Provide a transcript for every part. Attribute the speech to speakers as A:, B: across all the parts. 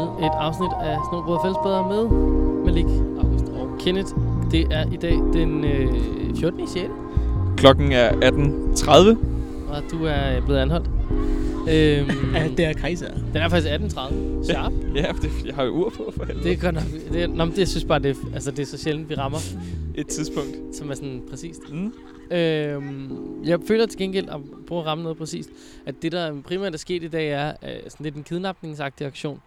A: afsnit af Snobrød og Fællesbader med Malik, August og Kenneth. Det er i dag den øh, 14. 6.
B: Klokken er 18.30.
A: og du er øh, blevet anholdt. Øhm,
C: Ja, det er kejser.
A: Den er faktisk 18.30. Sharp.
B: Ja, det, jeg har jo ur på for helvede.
A: Det er godt nok... Det er, nå, men det jeg synes bare, det er, altså, det er så sjældent, vi rammer,
B: Et tidspunkt.
A: som er sådan præcist.
B: Mm.
A: Øhm, jeg føler til gengæld, at prøve at ramme noget præcist, at det, der primært er sket i dag, er øh, sådan lidt en kidnapningsagtig aktion.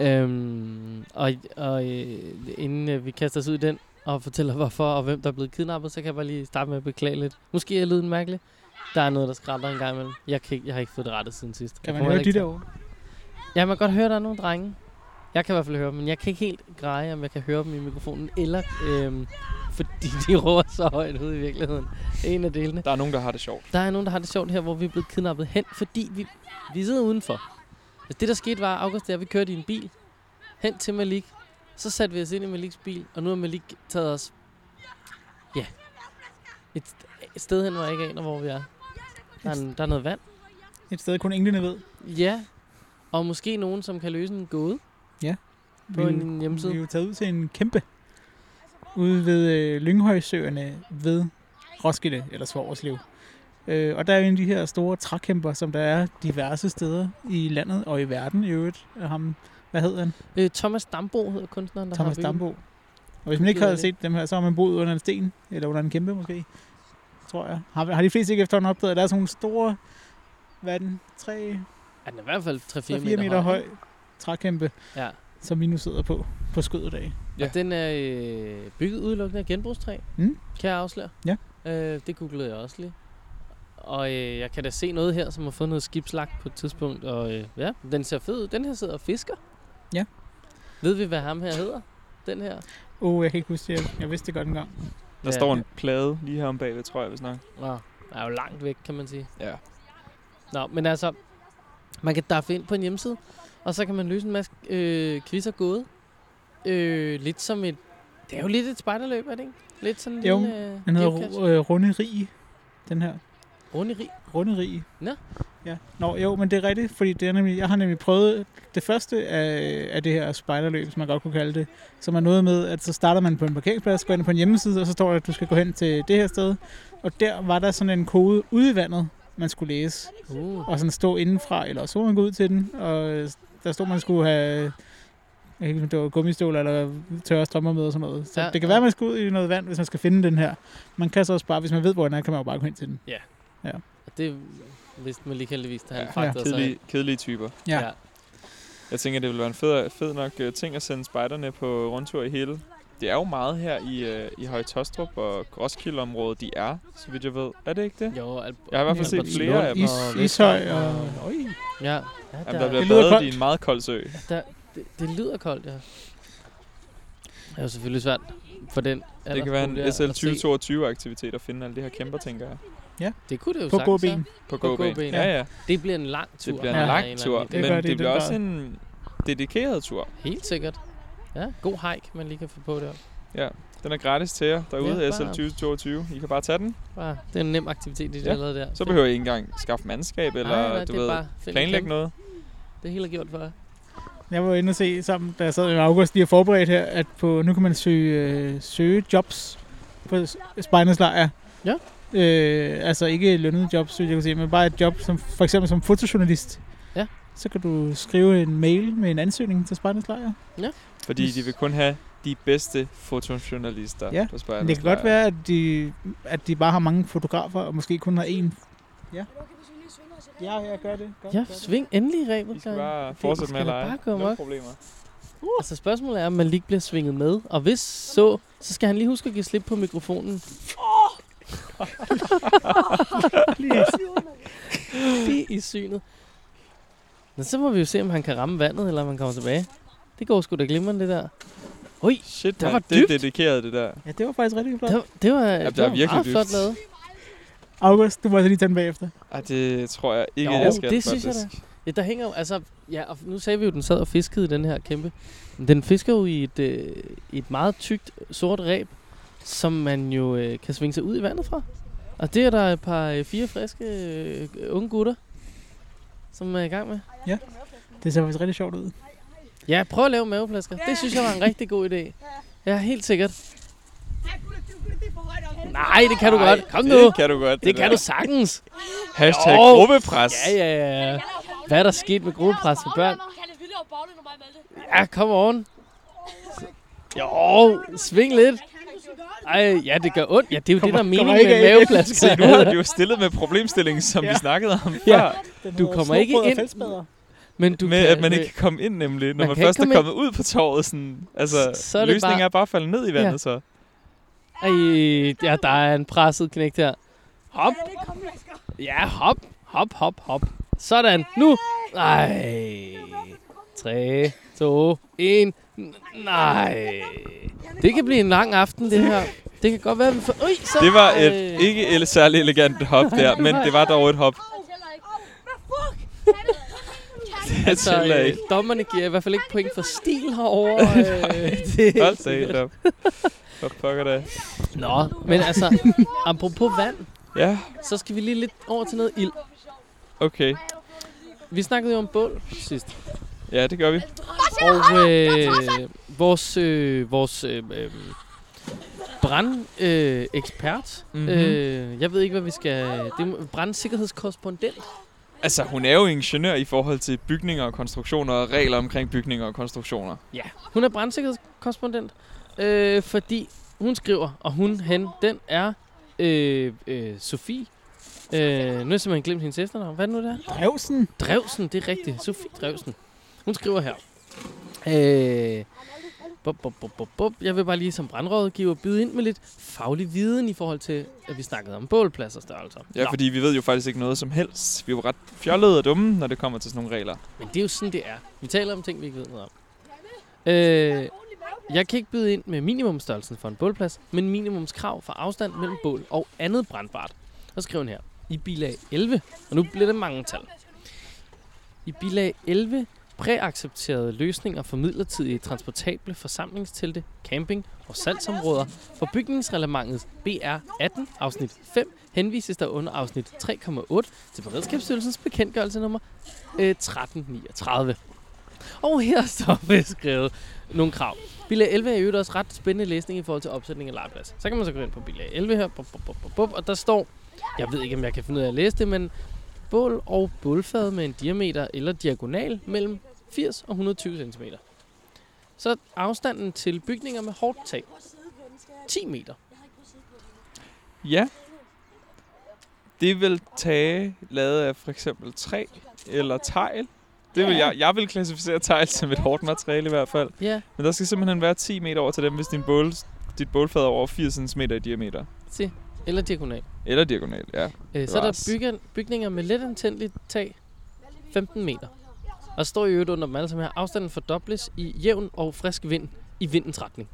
A: Øhm, og og øh, inden øh, vi kaster os ud i den og fortæller, hvorfor og hvem der er blevet kidnappet, så kan jeg bare lige starte med at beklage lidt. Måske er lyden mærkelig. Der er noget, der skralder en gang imellem. Jeg, kan ikke, jeg har ikke fået det rettet siden sidst. Jeg
C: Kan man
A: kommer heller
C: høre de
A: ikke til-
C: derovre?
A: Ja, man kan godt høre, der er nogle drenge. Jeg kan i hvert fald høre dem, men jeg kan ikke helt greje, om jeg kan høre dem i mikrofonen, eller øhm, fordi de råber så højt ud i virkeligheden. En af delene.
B: Der er nogen, der har det sjovt.
A: Der er nogen, der har det sjovt her, hvor vi er blevet kidnappet hen, fordi vi, vi sidder udenfor. Altså, det, der skete, var, August, der vi kørte i en bil hen til Malik. Så satte vi os ind i Maliks bil, og nu har Malik taget os... Ja. Et, et sted hen, hvor jeg ikke aner, hvor vi er. Der er, en, der er noget vand.
C: Et sted, kun englene ved.
A: Ja. Og måske nogen, som kan løse en gåde. På
C: Vi-
A: en hjemmeside.
C: Vi er jo taget ud til en kæmpe. Ude ved øh, Lynghøjsøerne ved Roskilde, eller Svogerslev. Øh, og der er jo en af de her store trækæmper, som der er diverse steder i landet og i verden i øvrigt. Og Ham, hvad hedder han?
A: Øh, Thomas Dambo hedder kunstneren, der
C: Thomas
A: har bygget den.
C: Dambo. Og hvis man ikke
A: Ked af
C: havde
A: det.
C: set dem her, så har man boet under en sten, eller under en kæmpe måske, tror jeg. Har, har de fleste ikke efterhånden opdaget, at der er sådan nogle store, hvad er den, 3,
A: Ja, den er i hvert fald 3-4
C: 4
A: meter,
C: meter, meter høj trækæmpe,
A: Ja.
C: som vi nu sidder på på skød i dag.
A: Ja.
B: Ja.
A: Og den er øh, bygget udelukkende af genbrugstræ,
C: Mm.
A: kan jeg afsløre.
C: Ja.
A: Øh, det googlede jeg også lige. Og øh, jeg kan da se noget her, som har fået noget skibslagt på et tidspunkt. Og øh, ja, den ser fed ud. Den her sidder og fisker.
C: Ja.
A: Ved vi, hvad ham her hedder? Den her?
C: Åh, oh, jeg kan ikke huske det. Jeg vidste det godt engang.
B: Der
A: Ja.
B: står en plade lige her om bagved, tror jeg, hvis nok.
A: Nå, er jo langt væk, kan man sige.
B: Ja.
A: Nå, men altså, man kan daffe ind på en hjemmeside, og så kan man løse en masse øh, quiz og gåde. Øh, lidt som et... Det er jo lidt et spejderløb, er det ikke? Lidt sådan en
C: Jo,
A: lille... Øh,
C: Den hedder
A: geocache.
C: Ru- øh, Runde Rig, den her.
A: Runde rig.
C: Runde Rig.
A: Nå.
C: Ja. Nå, jo, men det er rigtigt, fordi det er nemlig, jeg har nemlig prøvet det første af, af det her spejderløb, som man godt kunne kalde det, som er noget med, at så starter man på en parkeringsplads, går ind på en hjemmeside, og så står der, at du skal gå hen til det her sted. Og der var der sådan en kode ude i vandet, man skulle læse.
A: Uh.
C: og sådan stå indenfra, eller så man gå ud til den, og øh, der stod, man skulle have jeg kan ikke, om det var gummistøvler eller tørre strømmer med og sådan noget. Så
A: Ja,
C: ja, det
A: ja.
C: kan være, at man skal ud i noget vand, hvis man skal finde den her. Man kan så også bare, hvis man ved, hvor den er, kan man jo bare gå hen til den.
A: Og det vidste man lige heldigvis, da han
B: Ja,
A: ja, faktisk
B: Kedelige, kedelige typer.
C: Ja.
B: Jeg tænker, det ville være en fed, fed nok øh, ting at sende spejderne på rundtur i hele. Det er jo meget her i, øh, i Høje Tostrup og Roskilde-området, de er, så vidt jeg ved. Er det ikke det?
A: Jo, al-
B: Jeg har i hvert fald
A: Albertslund.
B: set flere af dem.
C: Is,
A: og
C: Ishøj
A: Vesthavn
C: og...
A: og-
C: Øj,
A: ja. ja der,
B: Jamen, der bliver
C: Det lyder
B: badet i
C: koldt.
B: en meget kold sø.
A: der, det, det lyder koldt, ja. Det er jo selvfølgelig svært for den
B: Det kan være
A: aldersgruppe der
B: en SL
A: at se.
B: 2022-aktivitet at finde alle de her kæmper, tænker jeg.
A: Det kunne det jo
C: på
A: sagtens
C: gåben.
B: På,
A: På
B: på
A: gåben.
B: Ja, ja.
A: være. Det bliver en lang tur.
B: Det bliver en
A: af
C: Ja.
B: lang
A: eller anden idé.
B: tur, men
C: gør de
B: det,
C: i den
B: bliver også
C: grad.
B: en dedikeret tur.
A: Helt sikkert. Ja, god hike, man lige kan få på der.
B: Den er gratis til jer derude,
A: Ja,
B: ja,
A: bare-
B: SL 2022. I kan bare tage den.
A: Bare, det er en nem aktivitet, det ja.
B: Ja.
A: der lavede der.
B: Så behøver I ikke engang skaffe mandskab, eller
A: nej, nej,
B: du
A: det er
B: ved,
A: bare find en
B: planlægge
A: kæmpe.
B: noget.
A: Det hele er gjort for jer.
C: Jeg var inde og se sammen, da jeg sad med August lige og forberedt her, at på, nu kan man søge, øh, søge jobs på s- spejdernes lejr.
A: Ja.
C: Øh, altså ikke lønnede jobs, synes jeg kan sige, men bare et job, som, for eksempel som fotojournalist.
A: Ja.
C: Så kan du skrive en mail med en ansøgning til spejdernes lejr.
B: Fordi de vil kun have de bedste fotojournalister
C: Ja,
B: på spejlet.
C: Men det kan godt være, at de, at de bare har mange fotografer, og måske kun har én. Ja. Ja, jeg gør det. Godt,
A: Ja, sving endelig rebet.
B: I skal bare fortsætte med at
A: skal da
B: lege.
A: bare gå
B: Nul
A: amok.
B: problemer.
A: Altså spørgsmålet er, om Malik bliver svinget med. Og hvis så, så skal han lige huske at give slip på mikrofonen. Lige i synet. Men så må vi jo se, om han kan ramme vandet, eller om han kommer tilbage. Det går sgu da glimrende, det der. Ui,
B: Shit,
A: Der
B: man,
A: var
B: det er
A: dybt.
B: dedikeret, det der.
C: Ja, det var faktisk rigtig flot.
A: det var, det var,
B: der
A: ja,
B: er
A: det var
B: virkelig
A: meget
B: dybt.
A: flot lavet.
C: August, du må altså lige tage den bagefter.
B: Ej, det tror jeg ikke,
A: Jo,
B: jeg skal.
A: det synes jeg
B: faktisk.
A: Ja, der hænger jo, altså, ja, og nu sagde vi jo, den sad og fiskede i den her kæmpe. Men Den fisker jo i et, øh, i et meget tykt sort ræb, som man jo øh, kan svinge sig ud i vandet fra. Og det er der et par øh, fire friske øh, unge gutter, som er i gang med.
C: Det ser faktisk rigtig sjovt ud.
A: Ja, prøv at lave maveplasker. Det synes jeg var en rigtig god idé. Ja, helt sikkert. Nej, det kan du godt. Kom nu.
B: Det kan du godt.
A: Det kan
B: der.
A: du sagtens.
B: Hashtag
A: Jo.
B: gruppepres.
A: Ja, ja, ja. Hvad er der sket med gruppepres for børn?
D: Han er vildere og baglet, når mig valgte.
A: Ja, come on. Jo, sving lidt. Ej, ja, det gør ondt. Ja, det er jo det, der er
C: Kommer-
A: meningen
C: kommer ikke
A: med en
C: af igen.
A: maveplaske.
B: Se, nu har de jo stillet med problemstillingen, som ja.
C: Ja.
B: vi snakkede om før.
A: Ja.
B: Ja.
A: Du kommer ikke ind- Men du
B: med,
A: kan,
B: at man ikke kan komme ind nemlig. Når
A: Man
B: man,
A: kan
B: først
A: ikke
B: er
A: komme ind.
B: kommet ud på torvet, sådan, altså,
A: Så
B: så
A: er
B: er
A: det
B: løsningen
A: bare-
B: er bare at falde ned i vandet, ja. så.
A: Ej, ja, der er en presset knægt her. Hop. Ja, hop. Hop, hop, hop. Sådan. Nu. Nej. 3, 2, 1. Nej. Det kan blive en lang aften, det her. Det kan godt være, vi får... Øj, så... øh,
B: Det var et
A: Ej.
B: ikke ele- særlig elegant hop der, men det var dog et hop. Jeg
A: Så
B: tæller
A: øh,
B: ikke.
A: dommerne giver i hvert fald ikke point for stil herovre. Øh, det er helt
B: Hold da helt
A: sikkert.
B: op. Hvor pokker det. er.
A: Nå, men altså, apropos vand,
B: Ja,
A: så skal vi lige lidt over til noget ild.
B: okay.
A: Vi snakkede jo om bål sidst.
B: Ja, det gør vi.
A: Og øh, vores, øh, vores øh, øh, brandekspert, øh, ekspert,
B: Mhm.
A: øh, jeg ved ikke, hvad vi skal... Det er brandsikkerhedskorrespondent.
B: Altså, hun er jo ingeniør i forhold til bygninger og konstruktioner og regler omkring bygninger og konstruktioner.
A: Hun er brandsikkerhedskorrespondent, øh, fordi hun skriver, og hun, hen, den er øh, øh, Sofie. Øh, nu har jeg simpelthen glemt hendes efternavn. Hvad er det nu, det er?
C: Drevsen.
A: Drevsen, det er rigtigt. Sofie Drevsen. Hun skriver her. Øh, bup, bup, bup, bup, bup. Jeg vil bare lige som brandrådgiver byde ind med lidt faglig viden i forhold til, at vi snakkede om bålpladser og størrelser.
B: Ja,
A: Nå,
B: fordi vi ved jo faktisk ikke noget som helst. Vi er jo ret fjollede og dumme, når det kommer til sådan nogle regler.
A: Men det er jo sådan, det er. Vi taler om ting, vi ikke ved noget om. Øh, jeg kan ikke byde ind med minimumstørrelsen for en bålplads, men minimumskrav for afstand mellem bål og andet brandbart. Så skriver hun her. I bilag 11, og nu bliver det mange tal. I bilag 11 præaccepterede løsninger for midlertidige transportable forsamlingstelte, camping og salgsområder for bygningsreglementet BR18 afsnit 5 henvises der under afsnit 3,8 til Beredskabsstyrelsens bekendtgørelse nummer øh, 1339. Og her står beskrevet nogle krav. Bilag 11 er jo også ret spændende læsning i forhold til opsætning af legeplads. Så kan man så gå ind på bilag 11 her, bup, bup, bup, bup, bup, og der står, jeg ved ikke, om jeg kan finde ud af at læse det, men bål og bålfad med en diameter eller diagonal mellem 80 og 120 cm. Så afstanden til bygninger med hårdt tag, 10 meter.
B: Ja. Det er vel tage lavet af for eksempel træ eller tegl. Det vil jeg, jeg vil klassificere tegl som et hårdt materiale i hvert fald.
A: Ja,
B: Men der skal simpelthen være 10 meter over til dem, hvis din bål, dit bålfad er over 80 cm i diameter.
A: se, eller diagonal.
B: Eller diagonal, ja.
A: Øh, så er der
B: Bevares.
A: bygge, bygninger med let antændeligt tag, 15 meter. Og der står i øvrigt under dem alle sammen her, afstanden fordobles i jævn og frisk vind i vindens retning.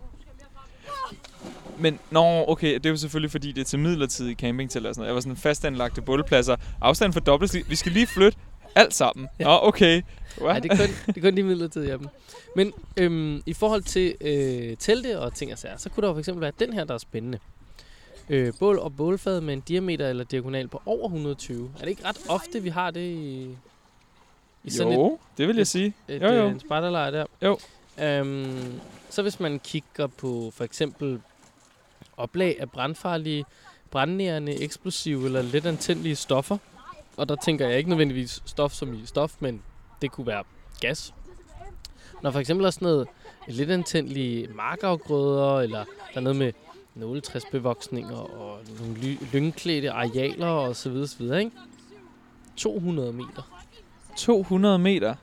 B: Men, nå, okay, det er jo selvfølgelig, fordi det er til midlertidig camping til eller sådan noget. Jeg var sådan fastanlagte bålpladser. Afstanden for dobbelt. Vi skal lige flytte alt sammen. Ja. Nå, okay. What?
A: Ja, det er kun, det er kun de midlertidige af dem. Men øhm, i forhold til øh, telte og ting og sager, så kunne der for eksempel være den her, der er spændende. Øh, bål og bålfad med en diameter eller diagonal på over 120. Er det ikke ret ofte, vi har det i, i sådan et,
B: jo, det vil jeg sige.
A: et,
B: Jo,
A: jo,
B: jo.
A: jo. en spejderlejr der?
B: Jo.
A: Øhm, så hvis man kigger på for eksempel oplag af brandfarlige, brandnærende, eksplosive eller let antændelige stoffer, og der tænker jeg ikke nødvendigvis stof som i stof, men det kunne være gas. Når for eksempel er sådan noget lidt antændelige markafgrøder, eller der er noget med nåletræsbevoksninger og nogle ly- lyngklædte arealer og så videre, så videre, ikke? 200 meter.
B: 200 meter.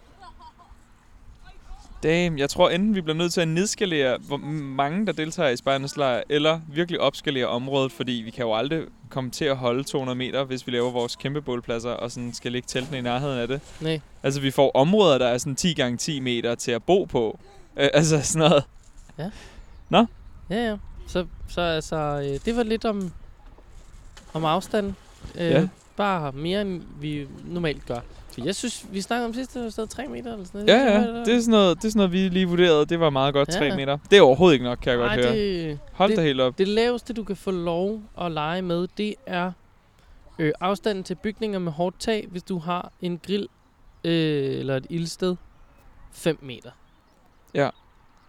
B: Damn, jeg tror enten vi bliver nødt til at nedskalere, hvor mange der deltager i Spejdernes lejr, eller virkelig opskalere området, fordi vi kan jo aldrig komme til at holde 200 meter, hvis vi laver vores kæmpe bålpladser og sådan skal lægge teltene i nærheden af det.
A: Nej.
B: Altså, vi får områder, der er sådan 10 gange 10 meter til at bo på. Øh, altså sådan noget.
A: Ja, ja. Så, så altså, øh, det var lidt om, om afstanden. Øh,
B: Ja.
A: Bare mere, end vi normalt gør. Så jeg synes, vi snakkede om sidst, det var stadig 3 meter eller sådan noget.
B: Ja, ja. Det er sådan noget, det er sådan noget vi lige vurderede. Det var meget godt 3
A: Ja.
B: meter. Det er overhovedet ikke nok, kan jeg
A: Ej,
B: godt høre.
A: det,
B: Hold da helt op.
A: Det laveste, du kan få lov at lege med, det er øh, afstanden til bygninger med hårdt tag, hvis du har en grill øh, eller et ildsted 5 meter.
B: Ja.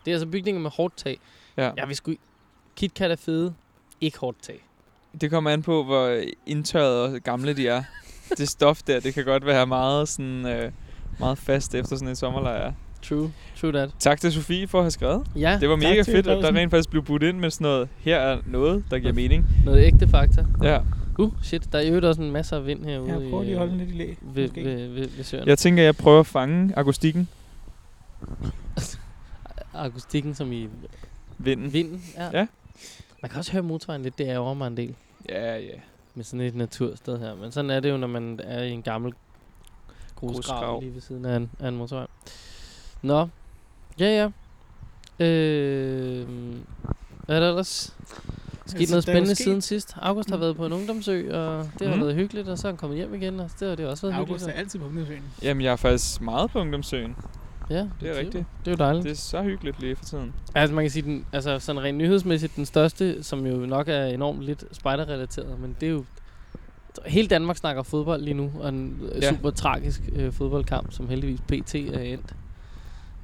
A: Det er altså bygninger med hårdt tag.
B: Ja.
A: Ja, vi skulle... KitKat er fede, ikke hårdt tag.
B: Det kommer an på, hvor indtørrede og gamle de er. det stof der, det kan godt være meget, sådan, øh, meget fast efter sådan en sommerlejr.
A: True. True that.
B: Tak til Sofie for at have skrevet.
A: Ja,
B: Det var mega
C: til
B: fedt, at der
C: Clausen.
B: rent faktisk blev budt ind med sådan noget. Her er noget, der giver mening.
A: noget ægte fakta.
B: Ja.
A: Uh, shit, der er i øvrigt også en masse af vind herude.
C: Ja, prøv
A: i,
C: lige at
A: øh,
C: holde den lidt i læ.
A: Ved,
C: måske.
A: ved, ved, ved søerne.
B: Jeg tænker, jeg prøver at fange akustikken.
A: Akustikken som i
B: Vinden.
A: vinden. Ja.
B: Mm. Ja.
A: Man kan også høre motorvejen lidt, det er over mig en del.
B: Ja, ja.
A: Med sådan et natursted her. Men sådan er det jo, når man er i en gammel grusgrav
B: Grusgrav.
A: lige ved siden af en, af en motorvej. Nå. Ja, ja. Øh, hvad er der ellers? Sket noget
C: Altså, der er Mm. jo
A: spændende
C: sket-
A: siden sidst. August har været på en ungdomsø, og det har
B: Mhm.
A: været hyggeligt, og så er han kommet hjem igen, og det har det også været
C: August er
A: hyggeligt.
C: altid på ungdomsøen.
B: Jamen, jeg er faktisk meget på ungdomsøen.
A: Ja,
B: Det er rigtigt.
A: Det er jo dejligt.
B: Det er så hyggeligt lige for tiden.
A: Altså man kan sige, den, altså sådan rent nyhedsmæssigt den største, som jo nok er enormt lidt spejderrelateret, men det er jo... Hele Danmark snakker fodbold lige nu, og en ja.
B: Ja.
A: super tragisk øh, fodboldkamp, som heldigvis PT er endt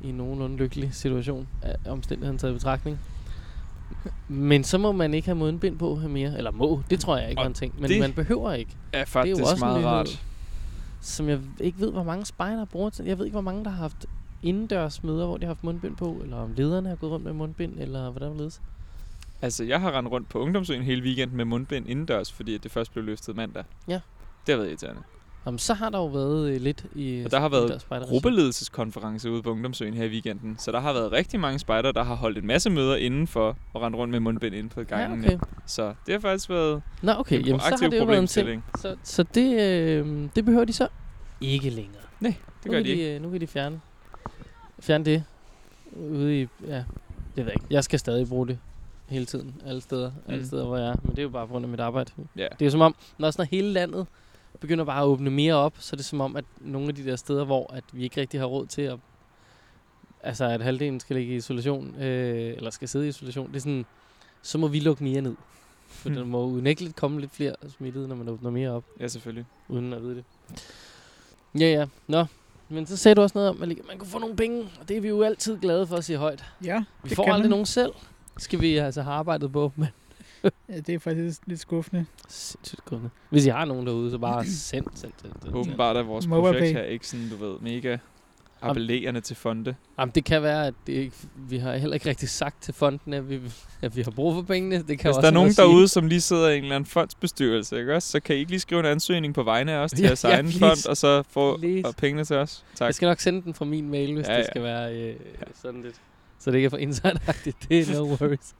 A: i en nogenlunde lykkelig situation af omstændigheden taget i betragtning. Men så må man ikke have mundbind på her mere. Eller må, det tror jeg ikke
B: Og
A: var en ting. Men
B: det-
A: man behøver ikke.
B: Ja,
A: jo
B: faktisk det er
A: også en
B: meget
A: nyhed.
B: rart.
A: Som jeg ikke ved, hvor mange spejder bruger til. Jeg ved ikke, hvor mange, der har haft indendørs møder, hvor de har haft mundbind på. Eller om lederne har gået rundt med mundbind, eller hvordan det ledes.
B: Altså, jeg har rendt rundt på ungdomsøen hele weekenden med mundbind indendørs, fordi det først blev løftet mandag.
A: Ja.
B: Det har været irriterende.
A: Jamen, så har der jo været øh, lidt i...
B: Og der har været
A: i spejderregi.
B: Gruppeledelseskonference ude på Ungdomsøen her i weekenden, så der har været rigtig mange spejder, der har holdt en masse møder indenfor og rendt rundt med mundbind inde på
A: Ja,
B: gangen.
A: okay.
B: Så det har faktisk været
A: Nå, okay.
B: en
A: Jamen, så har
B: aktiv
A: det jo været en ting.
B: problemstilling.
A: Så, så det, øh, det behøver de så ikke længere.
B: Det
A: nu
B: gør
A: kan
B: de ikke.
A: øh, nu kan de fjerne, fjerne det ude i... Ja, det ved jeg ikke. Jeg skal stadig bruge det hele tiden, alle steder, mm. alle
B: Mm.
A: steder, hvor jeg er. Men det er jo bare på grund af mit arbejde.
B: Ja.
A: Det er jo som om, når sådan hele landet begynder bare at åbne mere op, så er det som om, at nogle af de der steder, hvor at vi ikke rigtig har råd til at... Altså, at halvdelen skal ligge i isolation, øh, eller skal sidde i isolation, det er sådan, så må vi lukke mere ned. For
B: Mm.
C: Hmm.
A: der må unægteligt komme lidt flere smittede, når man åbner mere op
B: Ja, selvfølgelig.
A: uden at vide det. Ja, ja. Nå. Men så sagde du også noget om, at man kunne få nogle penge, og det er vi jo altid glade for at sige højt.
C: Ja,
A: Vi
C: det
A: får
C: kan
A: aldrig
C: man.
A: nogen selv. Skal vi altså have arbejdet på, men
C: Ja, det er faktisk lidt skuffende.
A: sindssygt kunde. Hvis I har nogen derude, så bare send, send, send, send. send.
B: Åbenbart er vores
C: Mobile
B: projekt her
C: pay.
B: ikke sådan, du ved, mega appellerende til fonde.
A: Jamen, det kan være, at det ikke, vi har heller ikke rigtig sagt til fonden, at vi, at vi har brug for pengene. Det kan
B: Hvis
A: også
B: der er nogen
A: noget at sige.
B: derude, som lige sidder i en eller anden fondsbestyrelse, ikke også, så kan I ikke lige skrive en ansøgning på vegne af os til
A: Ja,
B: jeres
A: ja,
B: egen
A: please.
B: fond, og så få
A: Please.
B: og pengene til os. Tak.
A: Jeg skal nok sende den fra min mail, hvis ja,
B: Ja,
A: ja. det
B: ja.
A: skal være øh, sådan lidt. Så det ikke er for insideragtigt. Det er no worries.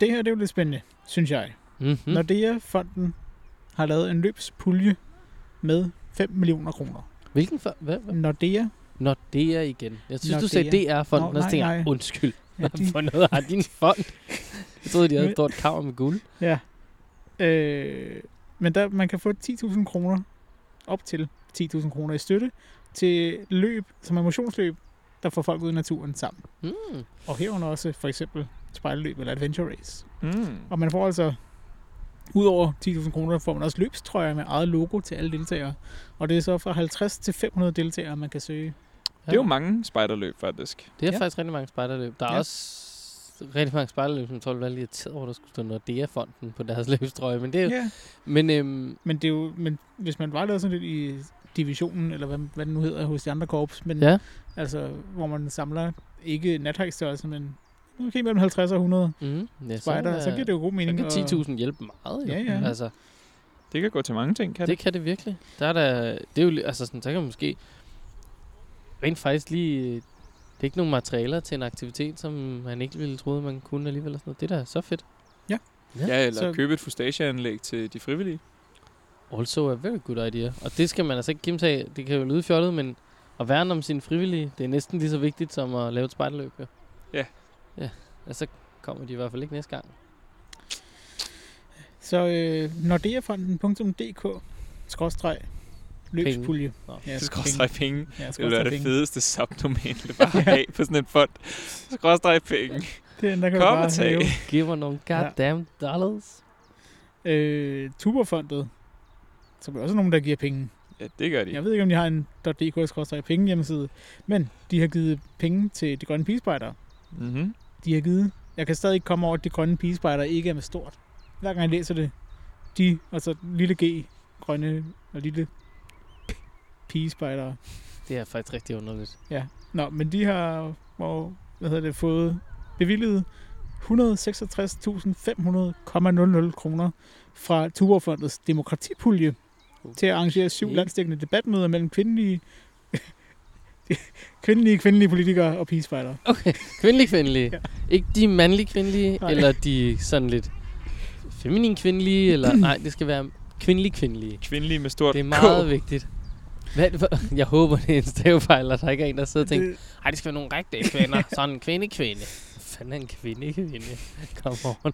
C: Det her det er jo lidt spændende, synes jeg.
A: Mm-hmm.
C: Mm. Nordea-fonden har lavet en løbspulje med 5 millioner kroner.
A: Hvilken for, hvad, hvad?
C: Nordea,
A: Nå, det er igen. Jeg synes, Nå,
C: Mm. Nå,
A: du sagde DR-fonden, og
C: Nå,
A: så
C: nej,
A: tænker jeg,
C: nej.
A: undskyld,
C: ja,
A: hvad
C: de,
A: for noget har din fond? Jeg troede, de havde et
C: Men-
A: stort kammer med guld.
C: øh, men der, man kan få 10.000 kroner, op til 10.000 kroner i støtte, til løb, som er motionsløb, der får folk ud i naturen sammen.
A: Mm.
C: Og herunder også for eksempel spejlløb eller adventure race.
B: Mm.
C: Og man får altså, udover 10.000 kroner, får man også løbstrøjer med eget logo til alle deltagere. Og det er så fra 50 til 500 deltagere, man kan søge.
B: Det er jo mange spejderløb, faktisk.
A: Det er ja.
C: Ja.
A: faktisk rigtig mange spejderløb. Der er ja.
C: Ja.
A: også rigtig mange spejderløb, som jeg tror, du var lidt irriteret over, at der skulle stå Nordea-fonden på deres løbstrøje. Men, det er, ja. men øhm,
C: Men, det er jo, men hvis man var lavet sådan lidt i divisionen, eller hvad, hvad det nu hedder hos de andre korps, men
A: Ja.
C: altså, hvor man samler ikke nathajstørrelse, men okay, mellem 50 og 100
A: mm, ja,
C: spejder, så, så giver det jo god mening.
A: så kan
C: at-
A: 10.000 hjælpe meget. Jo.
C: Ja, ja.
A: Altså,
B: Det kan gå til mange ting, kan det?
A: det kan det virkelig. Der er der, det er jo, li- altså sådan, så kan man måske rent faktisk lige øh, det er ikke nogen materialer til en aktivitet, som man ikke ville troede, man kunne alligevel. Og sådan noget. Det der er da så fedt. det?
B: Ja, eller
C: Så-
B: købe et fustageanlæg til de frivillige.
A: Also a very good idea. Og det skal man altså ikke kimse af. Det kan jo lyde fjollet, men at værne om sine frivillige, det er næsten lige så vigtigt som at lave et spejderløb. Jo.
B: Ja.
A: Ja, og så kommer de i hvert fald ikke næste gang.
C: Så øh, nordeafonden.dk skråstreg løbspulje.
A: Nå.
C: Ja,
B: Det skal også penge.
C: Ja,
B: Det ville være
C: skråstreg
B: det
C: penge.
B: fedeste subdomæne, det bare at have på sådan en fond. Skråstreg penge.
C: Det, er den, der kan
B: Kom
C: Kom
B: og
C: bare
B: tag.
C: hæve.
A: Giver mig nogle
C: Ja.
A: goddamn dollars.
C: Øh, Tuberfondet, som er også nogen, der giver penge.
B: Ja, det gør de.
C: Jeg ved ikke, om de har en .dk penge hjemmeside, men de har givet penge til de grønne pigespejdere.
B: Mm-hmm.
C: De har givet... Jeg kan stadig ikke komme over, at de grønne pigespejdere ikke er med stort. Hver gang jeg læser det, de, altså lille G, grønne og lille p- pigespejdere.
A: Det er faktisk rigtig underligt.
C: Nå, men de har hvor, hvad hedder det, fået bevilget 166.500,00 kroner fra Tuborgfondets demokratipulje
A: Uh,
C: til at arrangere syv
A: Okay.
C: landstækkende debatmøder mellem kvindelige kvindelige, kvindelige politikere og pigespejlere.
A: Okay, kvindelige kvindelige.
C: Ja.
A: ja. Ikke de mandlige kvindelige,
C: Nej.
A: Nej. eller de sådan lidt feminine kvindelige, eller nej, det skal være kvindelige kvindelige.
B: Kvindelige med stort
A: Det er
B: K.
A: meget vigtigt. Hvad, hvad, jeg håber, det er en stavefejl, og der ikke er en, der sidder og tænker, ej, det skal være nogle rigtige kvinder. Sådan en kvinde-kvinde. Hvad fanden er en kvinde-kvinde? Kom on.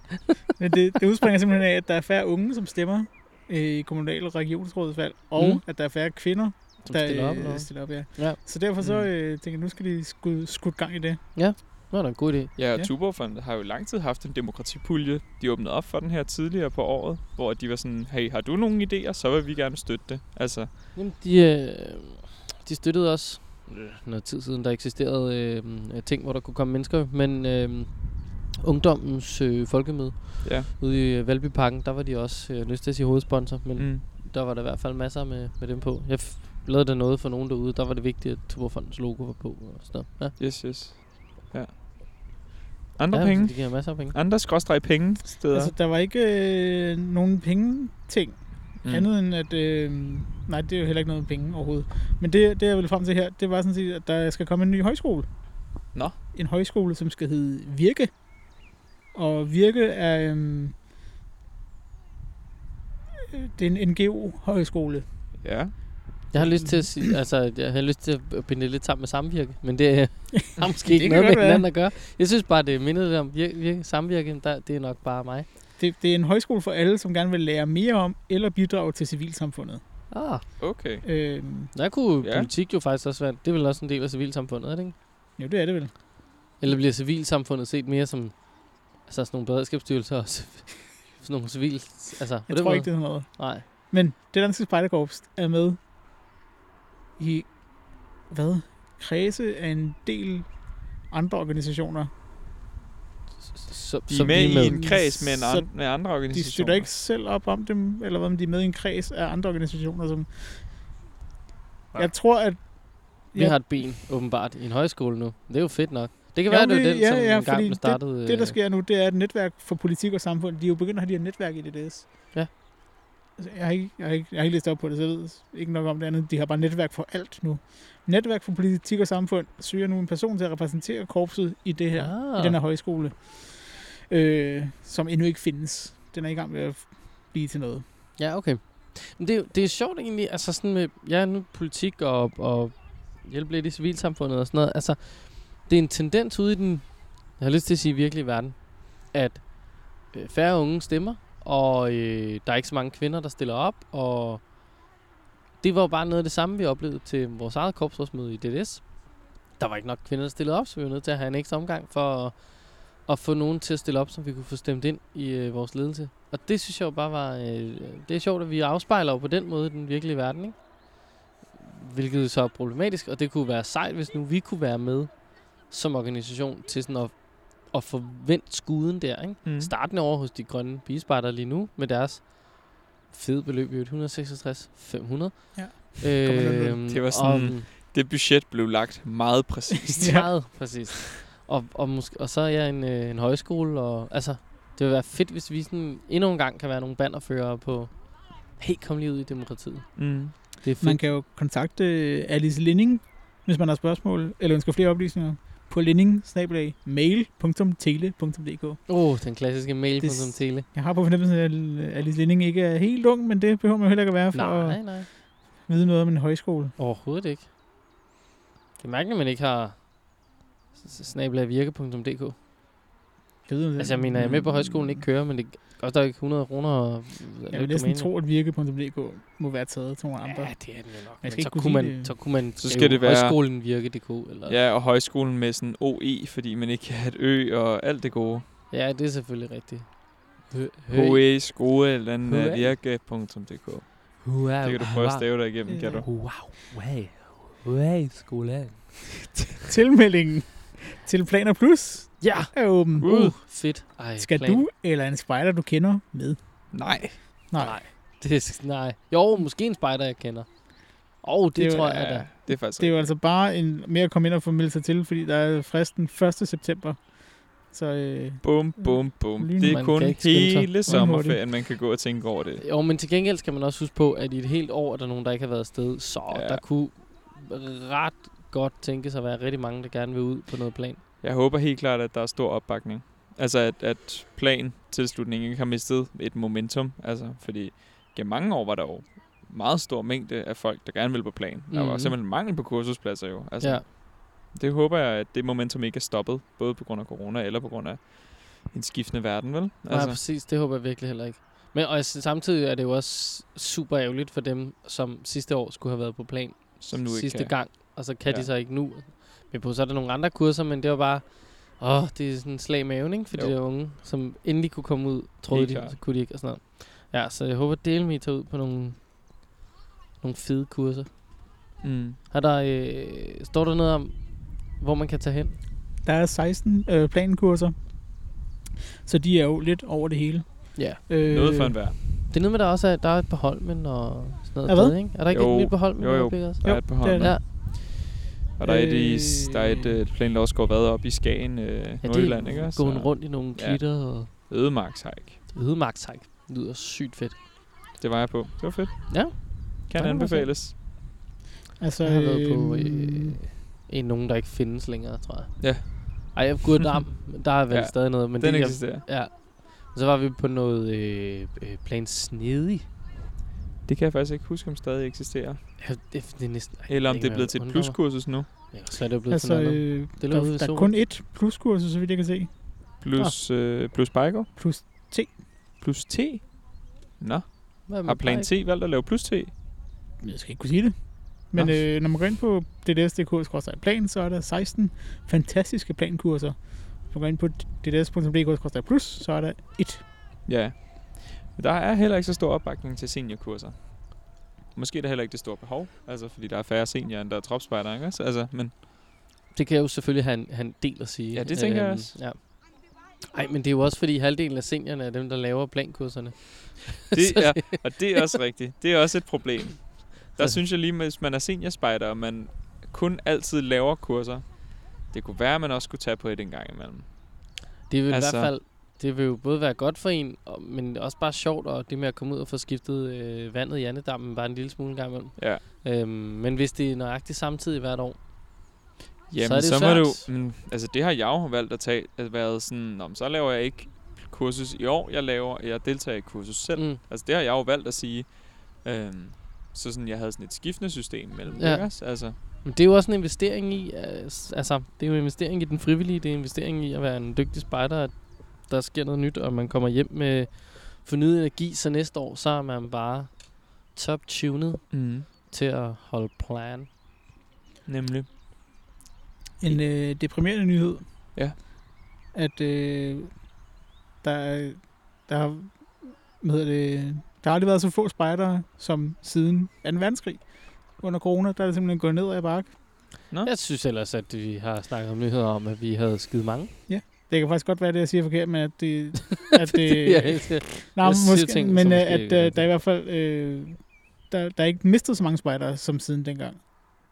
C: Men det, det udspringer simpelthen af, at der er færre unge, som stemmer øh, i kommunal- og regionsrådsvalg, og
A: Mm.
C: mm. at der er færre kvinder,
A: Som
C: der
A: stiller op.
C: øh,
A: eller?
C: stiller op ja.
A: Ja.
C: Så derfor så
B: Mm.
C: øh, tænker jeg, nu skal de skud, skudt gang i det.
A: Nå, det er en god idé.
B: Ja, og
C: Ja.
B: ja. Tuborgfondet har jo i lang tid haft en demokratipulje. De åbnede op for den her tidligere på året, hvor de var sådan, hey, har du nogle idéer, så vil vi gerne støtte det. Altså,
A: Jamen, de, øh, de støttede også øh, noget tid siden, der eksisterede øh, øh, ting, hvor der kunne komme mennesker, men øh, ungdommens øh, folkemøde
B: Ja.
A: ude i øh, Valbyparken, der var de også, øh, lyst til at sige hovedsponsor, men mm.
B: mm.
A: der var der i hvert fald masser med, med dem på. Jeg f- lavede der noget for nogen derude, der var det vigtigt, at Tuborgfondens logo var på og sådan noget. Ja.
B: yes, yes. Ja. Andre
A: ja,
B: ja, penge.
A: Det giver masser af penge.
B: Andre skråstreg penge
C: Ja.
B: steder.
C: Altså, der var ikke øh, nogen penge-ting, mm.
B: mm.
C: andet end at... Øh, nej, det er jo heller ikke noget med penge overhovedet. Men det, det jeg ville frem til her, det var sådan set, at der skal komme en ny højskole.
B: Nå.
C: En højskole, som skal hedde Virke. Og Virke er... Øh, det er en NGO-højskole.
B: Ja.
A: Jeg har
C: Mm.
A: lyst til at sige, altså, jeg har lyst til at binde det lidt sammen med samvirke, men det øh, har måske ikke
C: kan
A: noget med
C: godt være.
A: hinanden at gøre. Jeg synes bare, det mindede lidt om vir- vir- samvirke, men der, det er nok bare mig.
C: Det, det er en højskole for alle, som gerne vil lære mere om eller bidrage til civilsamfundet.
A: Ah,
B: Okay.
C: Øh,
A: der kunne ja.
B: Ja.
A: politik jo faktisk også være, det er vel også en del af civilsamfundet, er det ikke?
C: jo, det er det vel.
A: Eller bliver civilsamfundet set mere som altså sådan nogle beredskabsstyrelser og sådan nogle civil... Altså, på den
C: Jeg tror
A: måde?
C: ikke, det er noget.
A: Nej.
C: Men det danske spejderkorps er med i, hvad, kredse af en del andre organisationer.
A: Så,
B: De
A: så
B: er med,
A: vi
B: i en kreds med, en
C: Så
B: an- med andre
C: De
B: organisationer.
C: støtter ikke selv op om dem, eller hvad, men de er med i en kreds af andre organisationer, som...
B: Nej.
C: Jeg tror, at...
A: Vi har et ben, åbenbart, i en højskole nu. Det er jo fedt nok. Det kan
C: Ja,
A: være, det
C: det-
A: er den,
C: ja,
A: som
C: ja,
A: ja, engang
C: fordi
A: blev startet...
C: Det, der
A: øh,
C: sker nu, det er, at Netværk for Politik og Samfund, de er jo begyndt at have de her netværk i DDS.
A: Ja.
C: Altså, jeg, har ikke, jeg, har ikke, jeg har ikke læst op på det, så jeg ved ikke nok om det andet. De har bare netværk for alt nu. Netværk for Politik og Samfund søger nu en person til at repræsentere korpset i det her, ah. i
A: Ah.
C: den her højskole, øh, som endnu ikke findes. Den er i gang med at blive til noget.
A: Ja, okay. Men det, er jo- det er sjovt egentlig, altså sådan med, ja, nu politik og, og hjælpe lidt i civilsamfundet og sådan noget. Altså, det er en tendens ude i den, jeg har lyst til at sige virkelig verden, at øh, færre unge stemmer, og øh, der er ikke så mange kvinder, der stiller op, og det var jo bare noget af det samme, vi oplevede til vores eget korpsrådsmøde i DDS. Der var ikke nok kvinder, der stillede op, så vi var nødt til at have en ekstra omgang for at, at få nogen til at stille op, så vi kunne få stemt ind i øh, vores ledelse. Og det synes jeg jo bare var... Øh, det er sjovt, at vi afspejler jo på den måde den virkelige verden, ikke? Hvilket så er problematisk, og det kunne være sejt, hvis nu vi kunne være med som organisation til sådan at, at forvente skuden der, ikke?
B: Mm.
A: Startende over hos de grønne pigespejder lige nu med deres fede beløb i 166 500.
C: Ja.
A: Øhm,
B: Det var sådan-
A: og-
B: Det budget blev lagt meget præcist.
C: Ja.
A: meget præcis. Og, og, måske, og så er jeg en, øh, en højskole, og altså, det vil være fedt, hvis vi sådan endnu en gang kan være nogle bannerfører på, helt kom lige ud i demokratiet.
B: mm.
A: Det er fedt.
C: Man kan jo kontakte Alice Linding, hvis man har spørgsmål, eller ønsker flere oplysninger, på linding mail.tele.dk.
A: Åh, oh, den klassiske mail på
C: Det-
A: som tele.
C: Jeg har på fornemmelsen, at Alice Linding ikke er helt ung, men det behøver man jo heller ikke at være for
A: Nej,
C: at
A: nej.
C: vide noget om en højskole.
A: Overhovedet ikke. Det er mærkeligt, at man ikke har snabelagvirke.dk.
C: Jeg ved, om det-
A: Altså, jeg mener, jeg er med på at højskolen, ikke kører, men det koster ikke 100 kroner. og-
C: Jeg vil
A: domæne.
C: næsten tro, at virke.dk må være taget til nogle andre.
A: Ja, det er den jo nok.
C: Man
A: Men
C: skal
A: så,
C: ikke kunne
A: kunne
C: sige
A: man,
C: det.
A: så kunne man
B: Så
A: skrive
B: skal det være-
A: højskolenvirke.dk. Eller...
B: Ja, og højskolen med sådan OE, fordi man ikke kan have et ø og alt det gode.
A: ja, det er
B: E.
A: selvfølgelig rigtigt. Hø- hø-
B: HE, skole,
A: Hø-
B: landvirke.dk.
A: Wow.
B: Det kan du prøve at stave dig igennem, kan du?
A: Wow. Wow. Wow, skolan.
C: Tilmeldingen til Planer Plus
A: Ja.
C: er åben.
B: Uh.
A: Uh, fedt. Ej,
C: Skal
A: plan.
C: du eller en spejder, du kender, med?
B: Nej.
C: Nej.
A: Nej. Det er, s- nej. Jo, måske en spider, jeg kender. Åh, oh, det,
C: Det
A: det
C: er jo-
A: tror jeg da.
B: det er faktisk
C: Det er jo altså bare en, mere at komme ind og få meldt sig til, fordi der er fristen 1. september. Så øh,
B: Bum, bum, bum.
C: Lyn,
B: Det er
A: man
B: kun
A: kan ikke skynde sig.
B: hele
C: Lynhurtigt.
B: sommerferien, man kan gå og tænke over det.
A: Jo, men til gengæld skal man også huske på, at i et helt år er der nogen, der ikke har været afsted. Så
B: Ja.
A: ja. der kunne ret godt tænke sig at være rigtig mange, der gerne vil ud på noget plan.
B: Jeg håber helt klart, at der er stor opbakning. Altså, at, at plan tilslutningen ikke har mistet et momentum. Altså, fordi gennem mange år var der jo meget stor mængde af folk, der gerne ville på plan. Der var
A: Mhm.
B: simpelthen mangel på kursuspladser jo. Altså,
A: Altså, ja.
B: Det håber jeg, at det momentum ikke er stoppet, både på grund af corona eller på grund af en skiftende verden, vel?
A: Nej, altså. præcis. Det håber jeg virkelig heller ikke. Men og s- samtidig er det jo også super ærgerligt for dem, som sidste år skulle have været på plan
B: som nu ikke
A: sidste
B: kan.
A: gang, og så kan ja.
B: Ja.
A: de så ikke nu. Men på så er der nogle andre kurser, men det var bare, åh, det er sådan en slag i maven, ikke? For
B: Jo.
A: de der unge, som endelig kunne komme ud, troede
B: Helt
A: de,
B: klart.
A: så kunne de ikke, og sådan noget. Ja, så jeg håber, at Delmi tager ud på nogle, nogle fede kurser.
B: Mm.
A: Har der, øh, står der noget om, hvor man kan tage hen?
C: der er 16 øh, plankurser. Så de er jo lidt over det hele.
A: Ja.
C: Øh,
B: Noget for enhver.
A: Det er noget med, der også er, der er et behold, men og sådan noget.
C: Er hvad?
A: dernede, ikke? er der ikke
B: Jo,
A: et nyt behold, men
B: jo, jo.
A: Også?
B: Der
C: Jo,
B: er et på
C: det er
B: hånden.
A: Ja,
B: Og der er et, i,
C: Øh.
B: der er et øh, planlovskov været op i Skagen, øh,
A: ja det
B: Nordjylland, ikke?
A: er
B: også?
A: gående
B: Og
A: rundt i nogle
B: Ja.
A: klitter ja. og
B: Ødemarkshike.
A: ødemarkshike. Det lyder sygt fedt.
B: Det var jeg på. Det var fedt.
A: Ja.
B: Kan
C: Tak,
B: anbefales.
C: Altså,
A: Jeg har været på
C: øh,
A: øh, en nogen, der ikke findes længere, tror jeg.
B: Ja.
A: Ej, Gud Dam, der er vel
B: Ja,
A: ja. stadig noget, men
B: Den
A: det,
B: eksisterer.
A: jeg, ja. Og så var vi på noget øh, øh, plan snedig.
B: Det kan jeg faktisk ikke huske, om stadig eksisterer.
A: Ja, det, det er næsten... Ej,
B: Eller om
A: kan
B: det er
A: ikke
B: blevet til et
A: engang undre mig.
B: pluskursus nu.
A: Ja, så er det jo blevet altså,
C: altså
A: til noget andet.
C: øh,
A: Det lå ude
C: der,
A: ved
C: der er
A: solen.
C: kun ét pluskursus, så vidt jeg kan se.
B: Plus, øh, plus Biko.
C: Plus T.
B: Plus T. Nå,
A: Hvad med
B: har Plan
A: dig?
B: T valgt at lave plus T?
C: Jeg skal ikke kunne sige det. Men
B: Nå.
C: øh, når man går ind på dds.dk plan, så er der 16 fantastiske plankurser. Når man går ind på dds.dk plus, så er der et.
B: Ja. Men der er heller ikke så stor opbakning til seniorkurser. Måske er der heller ikke det store behov, altså fordi der er færre seniorer, end der er tropspejder, ikke også? Altså, men
A: Det kan jeg jo selvfølgelig have en, have en del at sige. Øhm,
B: Ja, det tænker jeg også.
A: Ja. Ej, men det er jo også fordi halvdelen af seniorerne er dem, der laver plankurserne.
B: det
A: Så-
B: er, og det er også rigtigt. Det er også et problem. Der
A: Så-
B: synes jeg lige, hvis man er seniorspejder, og man kun altid laver kurser, det kunne være, at man også skulle tage på et en gang imellem.
A: Det vil altså,
B: Altså-
A: i hvert fald det vil jo både være godt for en, og, men også bare sjovt, og det med at komme ud og få skiftet øh, vandet i andedammen bare en lille smule en gang imellem.
B: Ja.
A: Øhm, men hvis det er nøjagtigt samtidig hvert år,
B: Jamen,
A: Så er det jo
B: så må du,
A: svært.
B: mm, altså det har jeg jo valgt at tage, at være sådan, Nå, men så laver jeg ikke kursus i år, jeg laver, jeg deltager i et kursus selv.
A: mm,
B: Altså det har jeg jo valgt at sige. Øhm, så sådan, jeg havde sådan et skiftende system mellem
A: Ja.
B: ja. os. Altså,
A: men det er jo også en investering i, øh, s- altså det er jo en investering i den frivillige, det er en investering i at være en dygtig spejder, at der sker noget nyt, og man kommer hjem med fornyet energi, så næste år, så er man bare top-tunet
B: mm.
A: til at holde plan.
B: Nemlig.
C: En øh, deprimerende nyhed.
B: Ja.
C: At øh, der, er- der, har- hvad hedder det, der har aldrig været så få spejdere som siden 2. verdenskrig. Under corona, der er det simpelthen gået ned ad bakke.
A: Jeg synes ellers, at vi har snakket om nyheder om, at vi havde skide mange.
C: Det kan faktisk godt være, det jeg siger forkert, men at det... At det,
A: ja,
C: Nej,
A: Jeg siger
C: måske,
A: ting,
C: ting,
A: som
C: men
A: måske
C: øh, at
A: ikke
C: øh,
A: er
C: der er i hvert fald... Øh, der, der er ikke mistet så mange spejdere som siden dengang.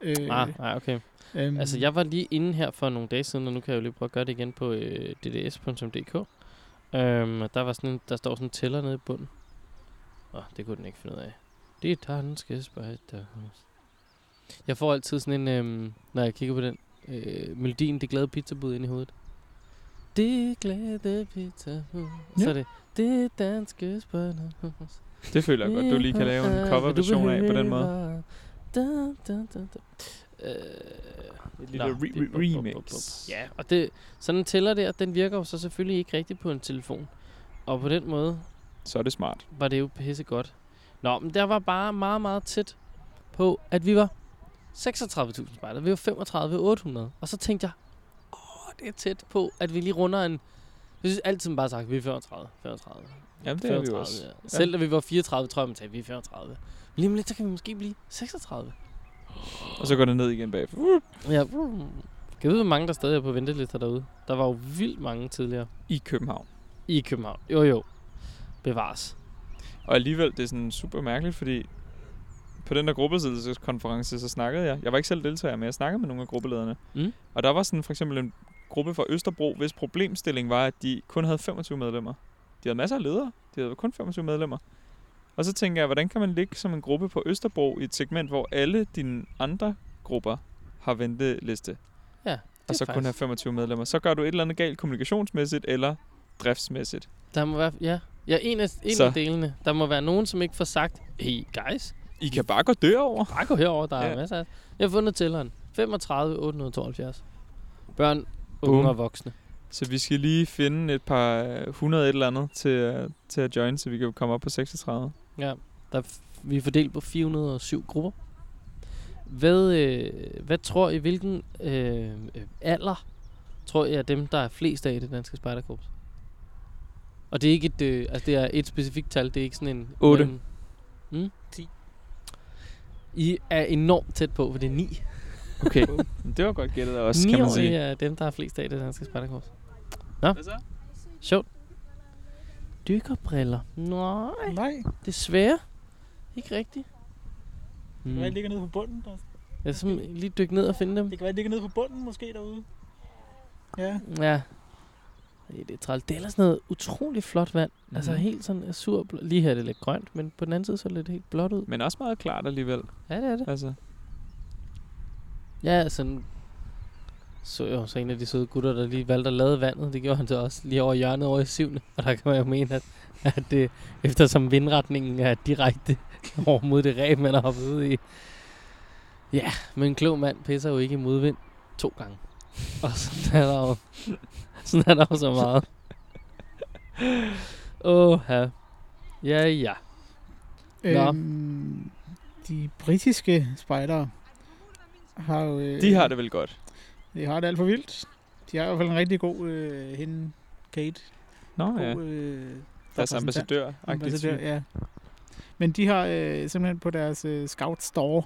C: Øh,
A: ah, ah, okay.
C: øhm,
A: Altså, jeg var lige inde her for nogle dage siden, og nu kan jeg jo lige prøve at gøre det igen på øh, dds.dk. Øhm, og der, var sådan en, der står sådan en tæller nede i bunden. Åh, det kunne den ikke finde ud af. Det er danske spejderhus. Jeg får altid sådan en, øhm, når jeg kigger på den, øh, melodien Det Glade Pizzabud ind i hovedet. Det glade pizzabud. Ja. Så
C: Ja.
A: er det, det danske spejderhus.
B: Det føler jeg godt, du lige kan lave en coverversion af på den måde.
A: Da, da, da, da. Øh,
B: Et lille
A: nå,
B: re-
A: det-
B: re-
A: bup, bup, bup,
B: remix.
A: bup. Ja, og det, sådan en tæller der, den virker jo så selvfølgelig ikke rigtigt på en telefon. Og på den måde
B: Så er det smart.
A: var det jo pisse godt. Nå, men der var bare meget, meget tæt på, at vi var 36.000 spejder. Vi var 35.800. Og så tænkte jeg, åh, det er tæt på, at vi lige runder en Jeg synes altid man bare har sagt, vi er 35, 35,
B: Jamen, det er vi
A: 35.
B: jo også.
A: ja. Selv da vi var 34, tror jeg, man sagde, vi er 35. Men lige om lidt, så kan vi måske blive 36.
B: Og så går det ned igen bagefter.
A: Ja. Kan jeg vide, hvor mange der stadig er på ventelister derude? Der var jo vildt mange tidligere
B: I København.
A: i København. Jo, jo. Bevares.
B: Og alligevel, det er sådan super mærkeligt, fordi på den der gruppeledelseskonference, så snakkede jeg. Jeg var ikke selv deltager, men jeg snakkede med nogle af gruppelederne.
A: Mm.
B: Og der var sådan for eksempel en gruppe fra Østerbro, hvis problemstilling var, at de kun havde 25 medlemmer. De havde masser af ledere. De havde kun 25 medlemmer. Og så tænker jeg, hvordan kan man ligge som en gruppe på Østerbro i et segment, hvor alle dine andre grupper har venteliste, og
A: Det
B: så
A: er
B: kun have 25 medlemmer? Så gør du et eller andet galt kommunikationsmæssigt eller driftsmæssigt.
A: Der må være, ja. Ja, en af, en
B: Så.
A: af delene. Der må være nogen, som ikke får sagt, hey guys,
B: I kan bare gå derover.
A: bare gå herover, der
B: Ja.
A: er masser af... Jeg har fundet tælleren. 35, 872. Børn,
B: Boom.
A: unge og voksne.
B: Så vi skal lige finde et par øh, 100 et eller andet til, øh, til at join, så vi kan komme op på 36.
A: Ja, der er f- vi er fordelt på 407 grupper. Hvad, øh, hvad tror I, hvilken øh, øh, alder tror I er dem, der er flest af i det danske spejderkorps? Og det er ikke et, øh, altså det er et specifikt tal, det er ikke sådan en...
B: Otte.
A: mellem- Mm?
C: 10.
A: I er enormt tæt på, for det er 9.
B: Okay. det var godt gættet også,
A: 9
B: kan man sige.
A: er dem, der er flest af i det danske spejderkorps.
B: Hvad så?
A: Sjovt. Dykkerbriller. Nej,
C: Nej,
A: desværre. Ikke rigtigt.
C: det kan være,
A: Hmm.
C: de ligger nede på bunden. Der.
A: Jeg skal simpelthen lige dykke ned og finde dem.
C: Det kan være, de ligger nede på bunden måske derude. Ja.
A: Ja. Ej, Det er trælt. Det er ellers noget utroligt flot vand. Mm. Altså
B: Mhm.
A: helt sådan sur. blå- Lige her er det lidt grønt, men på den anden side så er det lidt helt blåt ud.
B: Men også meget klart alligevel.
A: Ja, det er det.
B: Altså,
A: Ja, sådan så jo så en af de søde gutter, der lige valgte at lade vandet. Det gjorde han så også lige over hjørnet over i syvende. Og der kan man jo mene, at, at det, eftersom vindretningen er direkte over mod det ræb, man har hoppet ud i. Ja, men en klog mand pisser jo ikke i modvind to gange. Og sådan er der jo, sådan er der jo så meget. Åh, ja. Ja, ja. Nå.
C: Øhm, de britiske spejdere har jo... Øh,
B: de har det vel godt.
C: De har det alt for vildt. De har i hvert fald en rigtig god øh, hende, Kate.
B: Nå ja,
C: God, øh,
B: deres ambassadør.
C: Ambassadør, altså, ja. Men de har øh, simpelthen på deres øh, Scout Store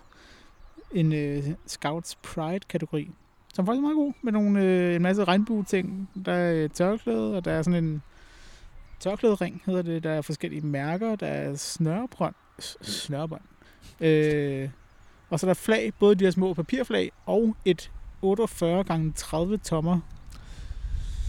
C: en øh, Scouts Pride-kategori, som faktisk er meget god, med nogle, øh, en masse regnbue-ting. Der er øh, tørklæde, og der er sådan en tørklædering, hedder det. Der er forskellige mærker, der er snørbånd. s- Snørbånd. Øh, og så er der flag, både de her små papirflag og et 48 gange 30 tommer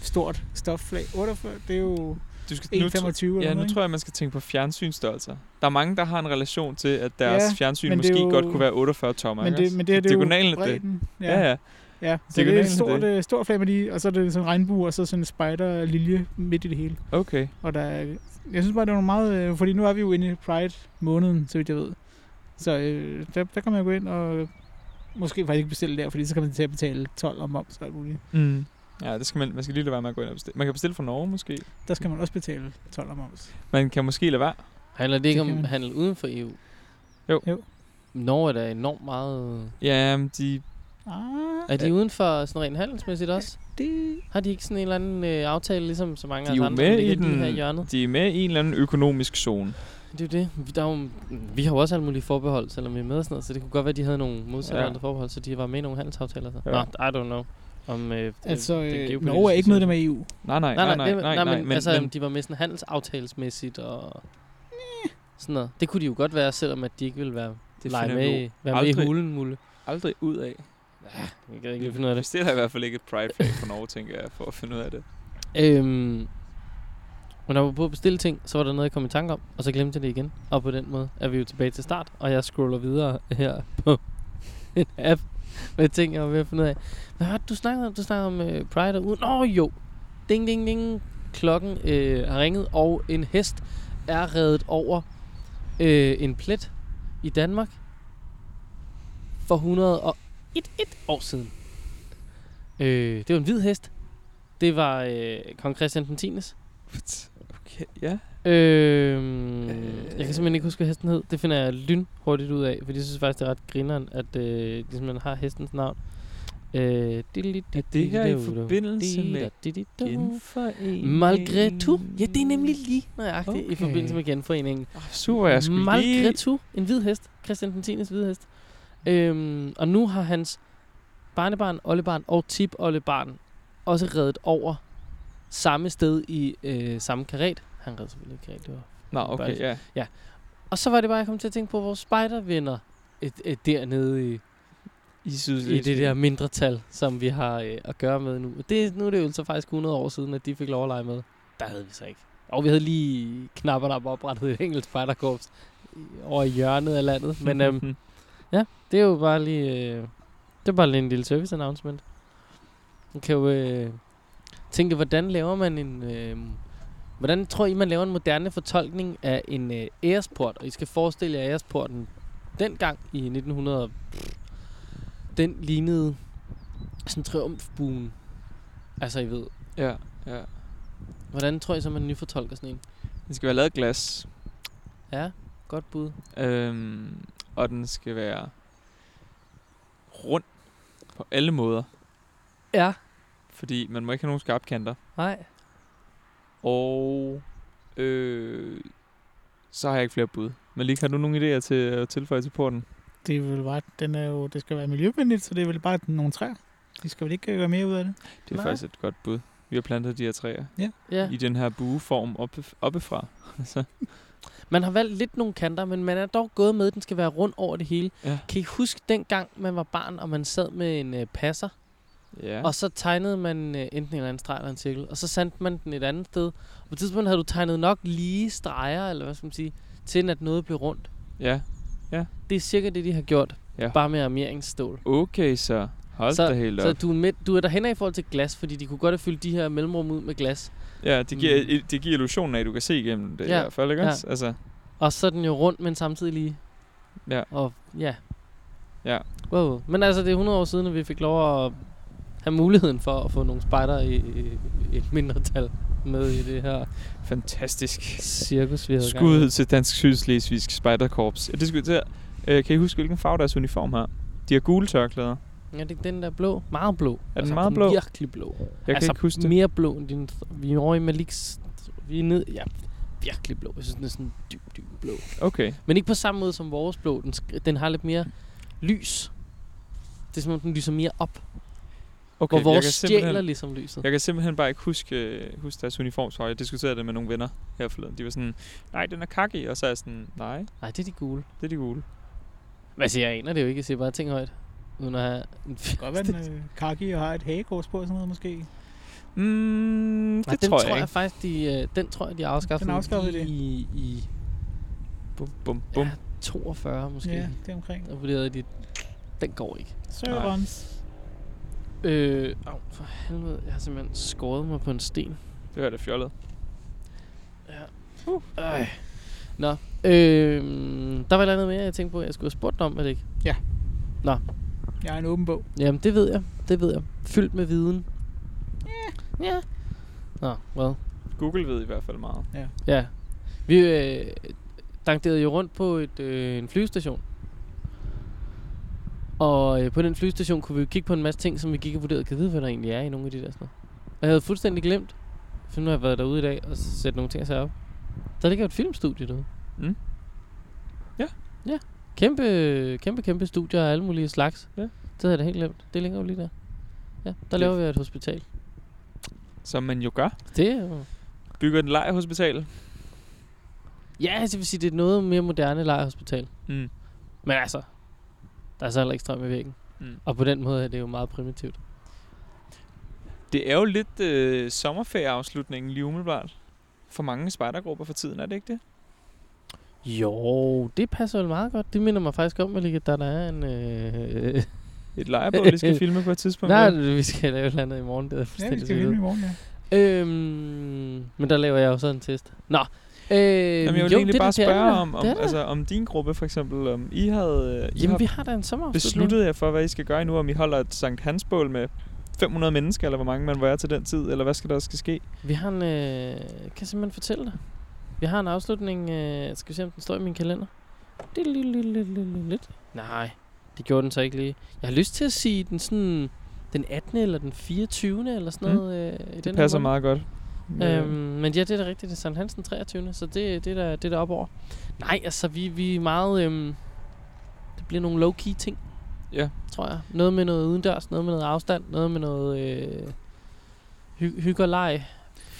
C: stort stofflag. 48, det er jo
B: Du skal,
C: 1,25
B: nu,
C: eller
B: tr-
C: noget,
B: ja, nu
C: ikke?
B: tror jeg, man skal tænke på fjernsynsstørrelser. Der er mange, der har en relation til, at deres
C: Ja,
B: ja, fjernsyn
C: men det er
B: måske jo...
C: jo-
B: godt kunne være 48 tommer.
C: Men
B: ikke
C: det,
B: også?
C: men det her, det er
B: Diagonalen
C: jo
B: af det.
C: bredden.
B: Ja, ja.
C: ja. Så det er
B: Diagonalen
C: et
B: af
C: stort,
B: det.
C: øh, stort flag med de, og så er det sådan en regnbue, og så sådan en spider lilje midt i det hele.
B: Okay.
C: Og der er, jeg synes bare, det var meget, øh, fordi nu er vi jo inde i Pride-måneden, så vidt jeg ved. Så øh, der, der kan man gå ind og måske faktisk ikke bestille der, fordi så kan man til at betale 12 om moms og alt muligt.
B: Mm. Ja, det skal man, man skal lige lade være med at gå ind og bestille. Man kan bestille fra Norge måske.
C: Der skal man også betale 12 om moms.
B: Man kan måske lade være.
A: Handler det ikke
C: Det kan
A: om
C: man.
A: handel uden for EU?
B: Jo.
C: Jo.
A: Norge er da enormt meget...
B: Ja, men de...
C: Ah,
A: Er de uden for sådan rent handelsmæssigt også?
C: det...
A: Har de ikke sådan en eller anden øh, aftale, ligesom så mange
B: De er
A: af os
B: jo
A: andre,
B: med
A: der
B: i
A: ligger lige
B: den-
A: her i hjørnet?
B: De er med i en eller anden økonomisk zone.
A: Det er jo det. Vi, der er jo, vi har jo også alle mulige forbehold, selvom vi er med og sådan noget, så det kunne godt være, at de havde nogle modsatte
B: Ja.
A: ja. andre forbehold, så de var med i nogle handelsaftaler. Så.
B: Ja.
A: Ja. Nå, I don't know. Om, øh,
C: Altså,
A: den
C: øh,
A: geopolitiske
C: Norge er ikke medlem
A: situation.
C: af E EU.
B: Nej, nej,
A: Nej, nej, det, nej, nej, men, men, altså, men, de var med sådan handelsaftalsmæssigt og sådan noget. Det kunne de jo godt være, selvom at de ikke ville være,
B: det
A: lege
B: finder
A: med,
B: vi
A: i-
B: jo
A: være med i
B: aldrig.
A: hulen, mulle.
B: aldrig ud af.
A: Jeg kan ikke lige finde ud af det.
B: Det er i hvert fald ikke et pride flag for Norge, tænker jeg, for at finde ud af det.
A: Øhm, men når jeg var på at bestille ting, så var der noget, jeg kom i tanke om, og så glemte jeg det igen. Og på den måde er vi jo tilbage til start, og jeg scroller videre her på en app med ting, jeg var ved at finde ud af. Hvad var det, du snakkede om? Du snakkede om øh, Pride og uden. Åh jo! Ding, ding, ding. Klokken øh, har ringet, og en hest er reddet over øh, en plet i Danmark for 101 et år siden. Øh, det var en hvid hest. Det var øh, kong Christian den 10.
B: Okay, ja.
A: Øhm, øh, jeg kan simpelthen ikke huske, hvad hesten hed. Det finder jeg lynhurtigt ud af, for jeg synes faktisk, det er ret grineren, at øh, de simpelthen har hestens navn. Øh,
B: Er det her i forbindelse med genforening?
A: Malgré tout. Ja, det er nemlig lige nøjagtigt okay. i
B: Okay.
A: forbindelse med genforeningen.
B: Oh, super, jeg skulle lige...
A: Malgré tout, en hvid hest. Christian den 10. hvide hest. Øhm, og nu har hans barnebarn, oldebarn og tip oldebarn også reddet over samme sted i øh, samme karet. Han redde selvfølgelig ikke karet, det var
B: Nå, okay, ja.
A: Og så var det bare, jeg kom til at tænke på vores spejdervenner et, et, dernede i,
B: I
A: i
B: Sydslesvig.
A: det der mindretal, som vi har øh, at gøre med nu. Og det, nu er det jo så faktisk 100 år siden, at de fik lov at lege med. Der havde vi så ikke. Og vi havde lige knapper, der var oprettet et enkelt spejderkorps i- over i hjørnet af landet. Men øhm, det er jo bare lige... Øh, det er bare lige en lille service announcement. Man kan jo øh, tænke, hvordan laver man en... Øh, hvordan tror I, man laver en moderne fortolkning af en øh, æresport? Og I skal forestille jer æresporten dengang i 1900... pff, Den lignede sådan triumfbuen. Altså, I ved.
B: Ja, ja.
A: Hvordan tror I så, man nyfortolker sådan en?
B: Den skal være lavet af glas.
A: Ja, godt bud.
B: Øhm, og den skal være rund på alle måder.
A: Ja.
B: Fordi man må ikke have nogen skarpe kanter.
A: Nej.
B: Og øh, så har jeg ikke flere bud. Men lige har du nogle idéer til at tilføje til porten?
C: Det, er vel bare, den er jo, det skal være miljøvenligt, så det er vel bare nogle træer. De skal vel ikke gøre mere ud af det.
B: Det er
A: Nej.
B: faktisk et godt bud. Vi har plantet de her træer
A: Ja.
B: i den her bueform oppe, oppefra. så,
A: Man har valgt lidt nogle kanter, men man er dog gået med, at den skal være rund over det hele.
B: Ja.
A: Kan I huske dengang, man var barn, og man sad med en øh, passer,
B: ja.
A: ja. og så tegnede man øh, enten en eller anden streg eller en cirkel, og så sendte man den et andet sted. Og på et tidspunkt havde du tegnet nok lige streger, eller hvad skal man sige, til at noget blev rundt.
B: ja.
A: Det er cirka det, de har gjort,
B: Ja.
A: bare med armeringsstål.
B: Okay, så hold
A: Så-
B: da helt op.
A: Så du er, med, du er derhen af i forhold til glas, fordi de kunne godt have fyldt de her mellemrum ud med glas.
B: Ja, det giver,
A: Mm.
B: mm. det giver illusionen af, at du kan se igennem det ja.
A: Ja,
B: i hvert fald, ikke
A: ja.
B: ja. også? Altså,
A: Og så er den jo rundt, men samtidig lige.
B: Ja.
A: Og ja.
B: Ja.
A: Wow. Men altså, det er 100 år siden, at vi fik lov at have muligheden for at få nogle spejder i, i i et mindretal med i det her
B: fantastisk.
A: cirkus, vi havde gang i.
B: Skud til Dansk Sydslesvigsk Spejderkorps. Ja, det skulle til. Øh, kan I huske, hvilken farve deres uniform har? De har gule tørklæder.
A: Ja, det er den der blå. Meget blå. Er den
B: meget blå?
A: Virkelig blå. Jeg
B: Jeg altså, kan ikke huske det.
A: mere blå end din... Vi er over i Maliks... Vi er ned... Ja, virkelig blå. Jeg synes, den er sådan dyb, dyb blå.
B: Okay.
A: Men ikke på samme måde som vores blå. Den, sk- den har lidt mere lys. Det er som om, den lyser mere op.
B: okay.
A: Okay, hvor vores
B: jeg, kan
A: stjæler
B: simpelthen,
A: ligesom lyset.
B: jeg kan simpelthen bare ikke huske, øh, huske deres uniformsfarve. Jeg diskuterede det med nogle venner her forleden. De var sådan, nej, den er kaki. Og så er jeg sådan, nej,
A: Nej, det er de gule.
B: det er de gule.
A: Men altså, jeg aner det jo ikke. Jeg siger bare ting højt. Uden at have en f-
C: Godt være, den øh, kaki og har et hagekors på og sådan noget måske.
B: Mm, det
A: Nej,
B: Nej,
A: den
B: tror,
A: tror
B: jeg ikke.
A: faktisk, de, øh, den tror jeg, de afskaffede,
C: Den afskaffede de.
A: i, i
B: Bum, bum, bum.
A: Ja. 42 måske.
C: Ja,
A: Yeah.
C: det er omkring.
A: Der vurderede de, den går ikke.
C: Sørens.
A: Øh, au, for helvede. Jeg har simpelthen skåret mig på en sten.
B: Det var da fjollet.
A: Ja. Uh. Øj. Nå. Øh, der var noget mere, jeg tænkte på, jeg skulle have spurgt dig om, var det ikke?
C: Jeg er en åben bog.
A: Jamen, det ved jeg. Det ved jeg. Fyldt med viden. Ja. Yeah. Ja. Yeah. Nå, well.
B: Google ved i hvert fald meget.
A: Ja. Vi øh, dankerede jo rundt på et, øh, en flystation. Og øh, på den flystation kunne vi jo kigge på en masse ting, som vi gik og vurderede, kan vide, hvad der egentlig er i nogle af de der sådan noget. Og jeg havde fuldstændig glemt, for nu har jeg været derude i dag og sætte nogle ting og sager op. Der ligger jo et filmstudie derude.
B: Mm. Ja.
A: Ja. Kæmpe, kæmpe, kæmpe studier af alle mulige slags.
B: Ja.
A: Det havde jeg da helt glemt. Det ligger jo lige der. Ja, der
B: Det-
A: laver vi et hospital.
B: Som man jo gør.
A: Det er jo
B: Bygger et lejrhospital.
A: Ja, altså, jeg vil sige, det er et noget mere moderne lejrhospital.
B: Mm.
A: Men altså, der er så heller ikke strøm i væggen.
B: Mm.
A: Og på den måde er det jo meget primitivt.
B: Det er jo lidt øh, sommerferieafslutningen lige umiddelbart. For mange spejdergrupper for tiden, er det ikke det?
A: Jo, det passer vel meget godt. Det minder mig faktisk om, at der, der er en... Øh,
B: Et lejrebål, vi skal filme på et tidspunkt.
A: nej, øh,
B: vel?
A: vi skal lave et eller andet i morgen. Det er jeg
C: Ja, vi
A: fuldstændig
C: skal
A: ja,
C: filme i morgen, ja.
A: øhm, men der laver jeg jo sådan en test. Nå. Øh,
B: Jamen, jeg vil
A: jo,
B: egentlig
A: det er
B: bare
A: da- det er
B: spørge
A: der.
B: om, om,
A: Det er der.
B: altså, om din gruppe for eksempel, om I havde øh, I
A: Jamen,
B: har
A: vi har da en sommerafslutning.
B: besluttet jer for, hvad I skal gøre nu, om I holder et Sankt Hansbål med 500 mennesker, eller hvor mange man var til den tid, eller hvad skal der skal ske?
A: Vi har en... Øh, kan jeg simpelthen fortælle dig? Vi har en afslutning... Øh, skal vi se, om den står i min kalender? Det lidt. Nej, det gjorde den så ikke lige. Jeg har lyst til at sige den sådan den 18. eller den 24. eller sådan
B: Mm.
A: noget. Mm. Øh, i den
B: Det
A: her
B: passer
A: måned.
B: meget godt. Øh,
A: Øhm, men ja, det er da rigtigt. Det er Sankt Hansen 23. Så det, det, er, da, det er da op over. Nej, altså, vi, vi er meget... Øhm, det bliver nogle low-key ting.
B: Ja.
A: Tror jeg. Noget med noget udendørs, noget med noget afstand, noget med noget øh, hy- hygge og leg.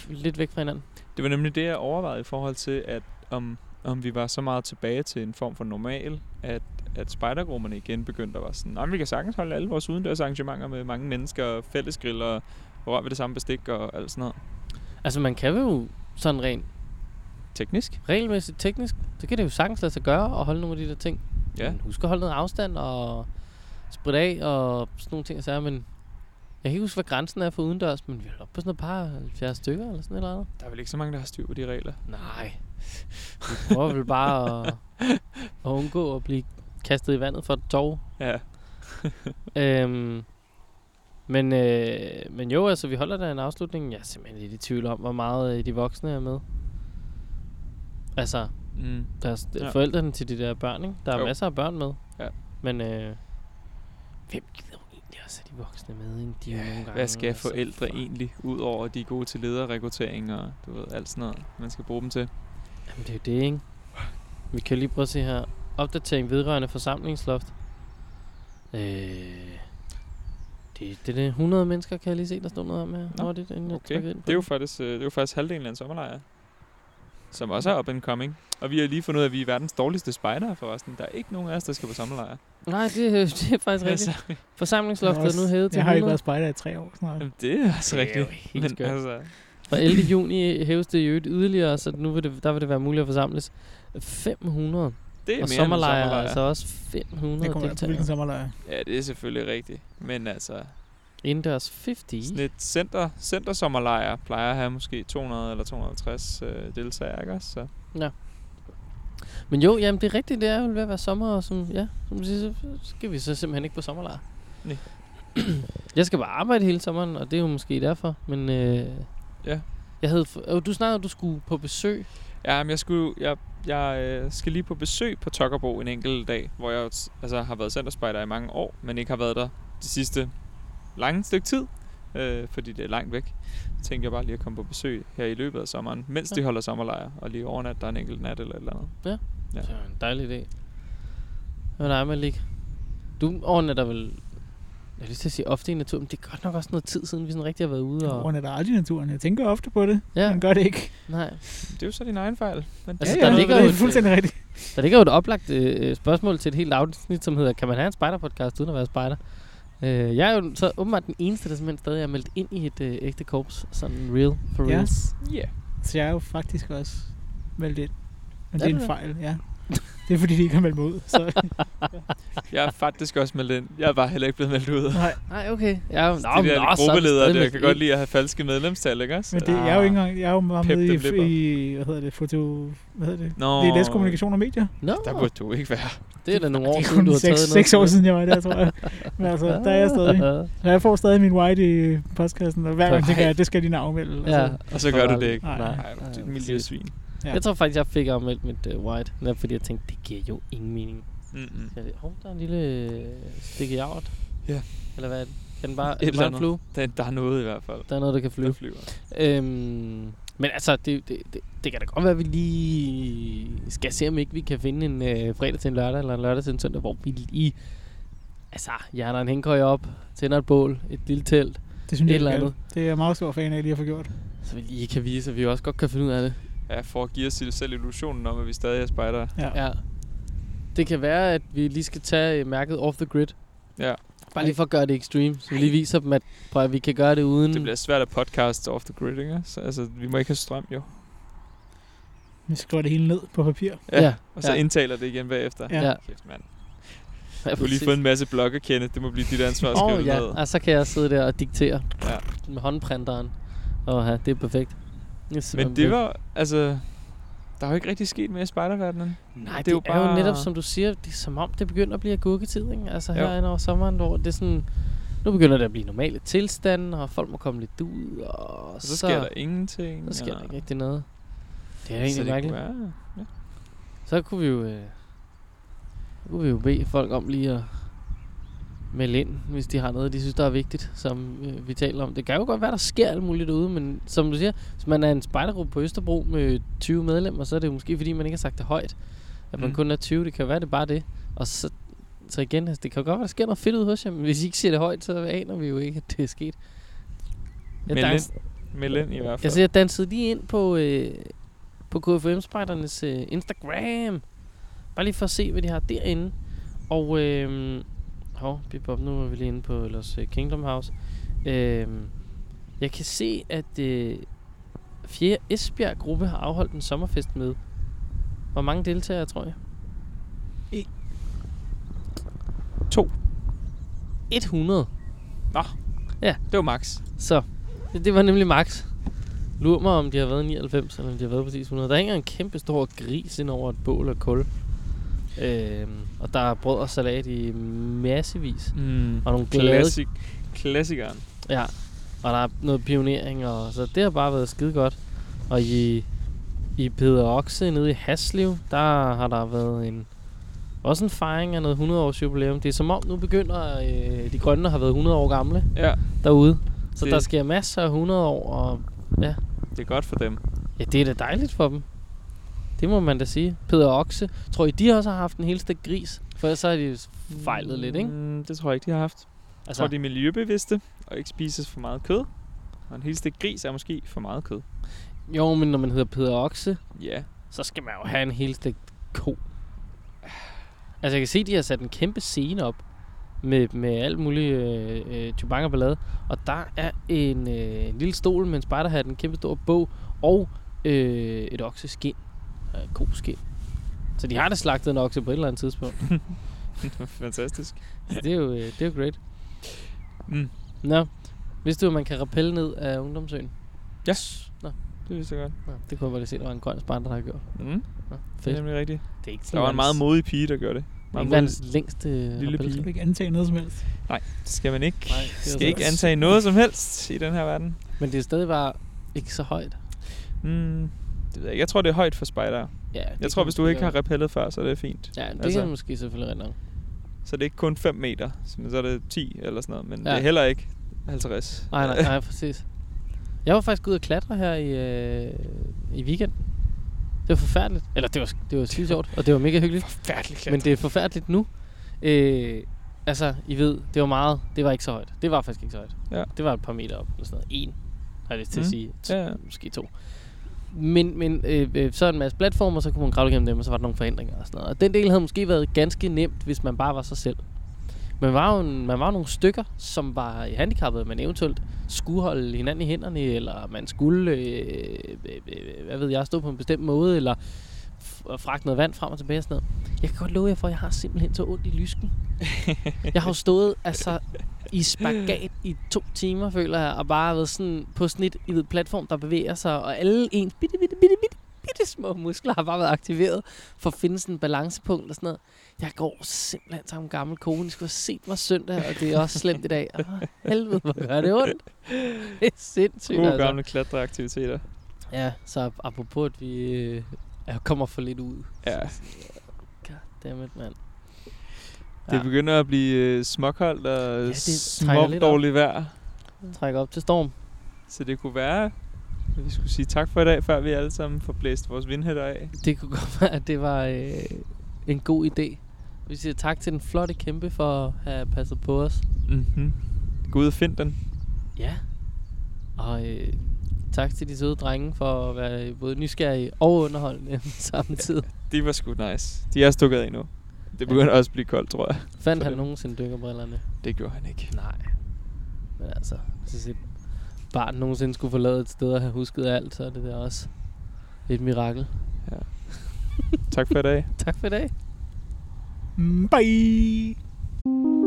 A: Lidt væk fra hinanden.
B: Det var nemlig det, jeg overvejede i forhold til, at om, om vi var så meget tilbage til en form for normal, at, at spejdergrupperne igen begyndte at være sådan, "Nå, men vi kan sagtens holde alle vores udendørs arrangementer med mange mennesker, fællesgrill og rør ved det samme bestik og alt sådan noget.
A: Altså, man kan jo sådan rent
B: Teknisk?
A: regelmæssigt teknisk, så kan det jo sagtens lade sig gøre at holde nogle af de der ting.
B: Ja.
A: Men husk at holde noget afstand og spritte af og sådan nogle ting og sager, men jeg kan ikke huske, hvad grænsen er for udendørs, men vi er oppe på sådan et par 70 stykker eller sådan et eller andet.
B: Der er vel ikke så mange, der har styr på de regler.
A: Nej. Vi prøver vel bare at, at undgå at blive kastet i vandet for et tog.
B: Ja.
A: Øhm, men, øh, men jo, altså vi holder da en afslutning. Jeg er simpelthen lidt i tvivl om, hvor meget øh, de voksne er med. Altså,
B: Mm.
A: deres
B: Ja.
A: ja. forældrene til de der børn, ikke? Der er
B: Jo.
A: jo. masser af børn med.
B: Ja.
A: Men øh, hvem gider jo egentlig også have de voksne med? Ikke? De er jo nogle gange,
B: Hvad skal
A: altså,
B: forældre
A: for-
B: egentlig, ud over at de er gode til lederrekruttering og du ved, alt sådan noget, man skal bruge dem til?
A: Jamen, det er jo det, ikke? Vi kan lige prøve at se her. Opdatering vedrørende forsamlingsloft. Øh, det, det er det 100 mennesker, kan jeg lige se, der står noget om her.
B: Nå,
A: Nå, det, inden jeg
B: Okay,
A: trykker ind
B: det er jo faktisk, øh, det er jo faktisk halvdelen af en sommerlejr, som også er up and coming. Og vi har lige fundet ud af, at vi er verdens dårligste spejdere forresten. Der er ikke nogen af os, der skal på sommerlejr.
A: Nej, det, er- det er faktisk rigtigt.
B: Altså,
A: Forsamlingsloftet er nu hævet til
C: Jeg har ikke
A: 100.
C: været spejder i tre år. Sådan noget.
B: jamen, Altså, det er også
A: Det er
B: rigtigt.
A: jo helt skørt.
B: altså,
A: Fra 11. juni hæves det jo yderligere, så nu vil det, der vil det være muligt at forsamles 500.
B: det er mere
A: Og
B: end en
A: sommerlejre er
B: sommerlejr.
A: altså også
C: Det
A: 500
C: kommer an på, hvilken
A: deltagere.
C: sommerlejr.
B: Ja, det er selvfølgelig rigtigt. Men altså,
A: Indendørs 50.
B: sådan et center, centersommerlejr plejer at have måske 200 eller 250 øh, deltagere, ikke også? Så
A: Men jo, jamen det er rigtigt, det er jo ved at være sommer, og som, ja, som du siger, så skal vi så simpelthen ikke på sommerlejr.
B: Nej.
A: jeg skal bare arbejde hele sommeren, og det er jo måske derfor, men... Øh,
B: Ja.
A: Jeg havde, f- øh, du snakkede, om, du skulle på besøg.
B: Ja, men jeg, skulle, jeg, jeg øh, skal lige på besøg på Tokkerbo en enkelt dag, hvor jeg s- altså, har været centerspejder i mange år, men ikke har været der det sidste lange stykke tid, øh, fordi det er langt væk. Så tænkte jeg bare lige at komme på besøg her i løbet af sommeren, mens ja.
A: Ja.
B: de holder sommerlejr, og lige overnatte der en enkelt nat eller et eller andet. Ja.
A: Ja. Det var en dejlig idé. Hvad nej, Malik? Du overnatter vel... Jeg har lyst til at sige ofte i naturen, men det er godt nok også noget tid siden, vi sådan rigtig har været ude og...
C: Rundt er aldrig i naturen. Jeg tænker ofte på det, ja.
A: Ja,
C: men gør det ikke.
A: nej.
B: Det er jo så din egen fejl. Men
A: Altså,
B: det
A: der
B: er-
A: ligger
C: det
A: jo
C: er
A: et-
C: fuldstændig rigtigt.
A: Der ligger jo et oplagt øh, øh, spørgsmål til et helt afsnit, som hedder, kan man have en spider-podcast uden at være spider? Øh, jeg er jo så åbenbart den eneste, der simpelthen stadig er meldt ind i et øh, ægte korps, sådan real for
C: Ja.
A: real.
B: Ja.
C: Så jeg er jo faktisk også meldt ind. Men
A: Er
C: det er
A: du
C: en
A: det?
C: fejl, ja. Det er fordi, de ikke har meldt mig ud. Så
B: Jeg er faktisk også meldt ind. Jeg er bare heller ikke blevet meldt ud.
C: nej.
A: Nej, okay. Ja, nå,
B: de
A: men
B: der
A: nå, så er
B: gruppeledere,
A: stadig
B: der
A: meldt
B: kan godt
A: ind.
B: lide at have falske medlemstal, ikke også?
C: Men det, jeg er jo ikke engang, jeg er jo meget
B: Pep
C: med i,
B: dem lidt op.
C: i, hvad hedder det, foto, hvad hedder det?
B: Nå,
C: Det er læs kommunikation og medier.
B: Der
A: Nå,
B: burde du ikke være.
A: det er da nogle år
C: Det er
A: siden, du
C: kun
A: har taget
C: 6, 6 år siden, jeg var der, tror jeg. Men altså, der er
A: Ah.
C: jeg stadig. Så jeg får stadig min white i postkassen, og hver gang tænker jeg, at det skal de altså. afmelde. og
A: ja.
C: så-
B: Og så gør du det ikke.
C: Nej.
A: Nej.
B: Nej, du er et
A: præcis.
B: miljøsvin.
C: Ja.
A: Jeg tror faktisk, jeg fik omvendt mit uh, white, netop fordi jeg tænkte, det giver jo ingen mening.
B: Mm-mm.
A: Jeg ved, hov, der er en lille øh, stikke javret.
B: Ja.
A: Eller hvad er det? Kan den bare,
B: Et
A: er det
B: eller
A: bare en
B: andet.
A: flue?
B: Der, der er noget i hvert fald.
A: Der er noget, der kan flyve.
B: Der flyver.
A: Øhm, men altså, det, det, det, det kan da godt være, at vi lige skal se, om ikke vi kan finde en øh, fredag til en lørdag, eller en lørdag til en søndag, hvor vi lige, altså, hjerner en hængkøj op, tænder et bål, et lille telt,
C: Det synes
A: Et
C: jeg,
A: eller
C: vi skal.
A: andet.
C: Det er jeg meget stor fan af, lige at få gjort.
A: så vi lige kan vise, at vi også godt kan finde ud af det.
B: Ja, for at give os selv illusionen om, at vi stadig er spejdere.
C: Ja.
A: Ja. Det kan være, at vi lige skal tage øh, mærket off the grid.
B: Ja.
A: Bare lige for at gøre det extreme, så vi lige viser dem, at, prøv, at vi kan gøre det uden...
B: Det bliver svært at podcaste off the grid, ikke? Så, altså, vi må ikke have strøm, jo.
C: Vi skriver det hele ned på papir.
A: Ja, ja.
B: Og så
A: ja.
B: indtaler det igen bagefter.
C: Ja.
A: ja.
B: Kæft, mand.
A: ja
B: Du har lige fået en masse blokke, Kenneth. Det må blive dit ansvar at skrive
A: Åh
B: det
A: ja,
B: ned.
A: og så kan jeg sidde der og diktere
B: Ja.
A: ja. med håndprinteren. Og ja, det er perfekt. Det er
B: Men
A: simpelthen
B: det
A: perfekt.
B: var, altså... Der er jo ikke rigtig sket mere i spejderverdenen.
A: Nej, det, er jo, bare... er jo netop, som du siger, det er som om, det begynder at blive gukketid, ikke? Altså
B: Jo.
A: her hen over sommeren, hvor det er sådan... Nu begynder det at blive normale tilstande, og folk må komme lidt ud, og,
B: Og så sker der ingenting.
A: så sker der ikke
B: og-
A: rigtig noget. Det er
B: Så
A: egentlig
B: det
A: mærkeligt.
B: kunne være- Ja.
A: Så kunne vi jo... Øh, så kunne vi jo bede folk om lige at melde ind, hvis de har noget, de synes, der er vigtigt, som øh, vi taler om. Det kan jo godt være, der sker alt muligt derude, men som du siger, hvis man er en spejdergruppe på Østerbro med 20 medlemmer, så er det jo måske, fordi man ikke har sagt det højt, at man
B: Mm.
A: mm. kun er 20. Det kan jo være, det er bare det. Og så, så igen, altså, det kan jo godt være, der sker noget fedt ud hos jer, men hvis I ikke siger det højt, så aner vi jo ikke, at det er sket. Jeg,
B: Meld
A: dans,
B: Meld ind i hvert fald.
A: altså, jeg dansede lige ind på, øh, på KFM-spejdernes øh, Instagram. Bare lige for at se, hvad de har derinde. Og øh, hov, bip, op, nu er vi lige inde på Los Kingdom House. Øh, jeg kan se, at øh, 4. Esbjerg gruppe har afholdt en sommerfest med. Hvor mange deltagere, tror jeg?
C: En.
B: To.
A: 100.
B: Det var max.
A: Så, det, det var nemlig max. Lur mig, om de har været 99, eller om de har været præcis 100. Der hænger en kæmpe stor gris ind over et bål og kul. Øhm, og der er brød og salat i massevis.
B: Mm.
A: Og nogle glade...
B: Klassik. Klassikeren.
A: Ja. Og der er noget pionering, og så det har bare været skide godt. Og i, i Peder Okse nede i Haslev, der har der været en også en fejring af noget 100 års jubilæum. Det er som om, nu begynder øh, de grønne har været 100 år gamle
B: Ja,
A: derude. Så det.
B: Det-
A: der sker masser af 100 år, og
B: det er godt for dem.
A: Ja, det er da dejligt for dem. Det må man da sige. Peder Okse. Tror I, de også har haft en hel stik gris? For ellers så har de fejlet lidt, ikke?
B: Mm, det tror jeg ikke, de har haft. Jeg
A: Altså,
B: tror, de er miljøbevidste og ikke spises for meget kød. Og en hel stik gris er måske for meget kød.
A: jo, men når man hedder Peder Okse,
B: Ja,
A: så skal man jo have en hel stik ko. Altså, jeg kan se, de har sat en kæmpe scene op med, med alt muligt øh, øh, tjubang og ballade. Og der er en, øh, en lille stol med en spejderhat, en kæmpe stor bog og øh, et okseskin. Øh, koskin. Så de har da slagtet en okse på et eller andet tidspunkt.
B: fantastisk.
A: Så det er jo, øh, det er jo great.
B: Mm.
A: Nå, vidste du, at man kan rappelle ned af ungdomsøen?
B: Ja.
A: Nå,
B: Det vidste jeg godt.
A: nå, det kunne jeg bare lige se, der var en grøn spejder, der har gjort.
B: Mm,
A: Nå, fedt.
B: det er nemlig rigtigt.
A: Det er ikke
B: Der var en meget modig pige, der gjorde det. Meget
A: meget
B: modig.
A: verdens længste
B: Lille
A: rappel.
B: pige.
C: Du kan ikke antage noget som helst.
B: Nej, det skal man ikke.
A: Nej, det er altså
B: skal
A: så-
B: ikke antage noget som helst i den her verden.
A: Men det er stadig bare ikke så højt.
B: Mm, det ved jeg. ikke. jeg tror, det er højt for spejdere.
A: Ja, det
B: Jeg
A: kan
B: tror, hvis du
A: måske
B: ikke har
A: godt-
B: rappellet før, så er det fint.
A: Ja, det
B: altså-
A: altså. kan måske selvfølgelig rigtig nok.
B: Så det er ikke kun 5 meter, men så er det 10 eller sådan noget. Men ja. det
A: Ja.
B: er heller ikke 50.
A: Nej, nej, nej, præcis. Jeg var faktisk ude og klatre her i, øh, i weekenden. Det var forfærdeligt. Eller det var, det var sygt sjovt, og det var mega hyggeligt.
B: Forfærdeligt
A: Men det er forfærdeligt nu. Øh, altså, I ved, det var meget. Det var ikke så højt. Det var faktisk ikke så højt.
B: Ja.
A: Det var et par meter op. Eller sådan noget. En, har jeg lyst til
B: Mm.
A: at sige. T-
B: Ja, ja.
A: Måske to. Men, men øh, øh, så en masse platformer, så kunne man kravle igennem dem, og så var der nogle forhindringer og sådan noget. Og den del havde måske været ganske nemt, hvis man bare var sig selv. Men var jo en, man var jo nogle stykker, som var handicappede, man eventuelt skulle holde hinanden i hænderne, eller man skulle, øh, øh, øh, hvad ved jeg, stå på en bestemt måde, eller f- fragte noget vand frem og tilbage og sådan noget. Jeg kan godt love jer for, at jeg har simpelthen så ondt i lysken. jeg har jo stået altså, i spagat i to timer, føler jeg, og bare været sådan på sådan et I ved, platform, der bevæger sig, og alle ens bitte, bitte, bitte, bitte, bitte små muskler har bare været aktiveret for at finde sådan en balancepunkt og sådan noget. Jeg går simpelthen som en gammel kone. I skulle have set mig søndag, og det er også slemt i dag. Åh, helvede, hvor gør det ondt. Det er sindssygt. altså.
B: Gode gamle klatreaktiviteter.
A: Ja, så apropos, at vi øh, er- kommer for lidt ud.
B: Ja,
A: Goddammit, mand.
B: det
A: Ja.
B: begynder at blive øh, småkoldt og ja,
A: det trækker lidt op.
B: smådårligt vejr.
A: Trækker op til storm.
B: Så det kunne være, at vi skulle sige tak for i dag, før vi alle sammen får blæst vores vindhætter af.
A: Det kunne godt være, at det var øh, en god idé. Vi siger tak til den flotte kæmpe for at have passet på os.
B: Mm-hmm. Gå ud og find den.
A: Ja. Og øh, tak til de søde drenge for at være både nysgerrige og underholdende samtidig.
B: De var sgu nice. De er stukket af nu. Det begynder også at blive koldt, tror jeg.
A: Fandt han
B: det.
A: nogensinde dykkerbrillerne?
B: Det gjorde han ikke.
A: Nej. Men altså, hvis et barn nogensinde skulle forlade et sted og have husket alt, så er det der også et mirakel.
B: Tak for i dag.
A: Tak for i dag.
C: Mm, Bye!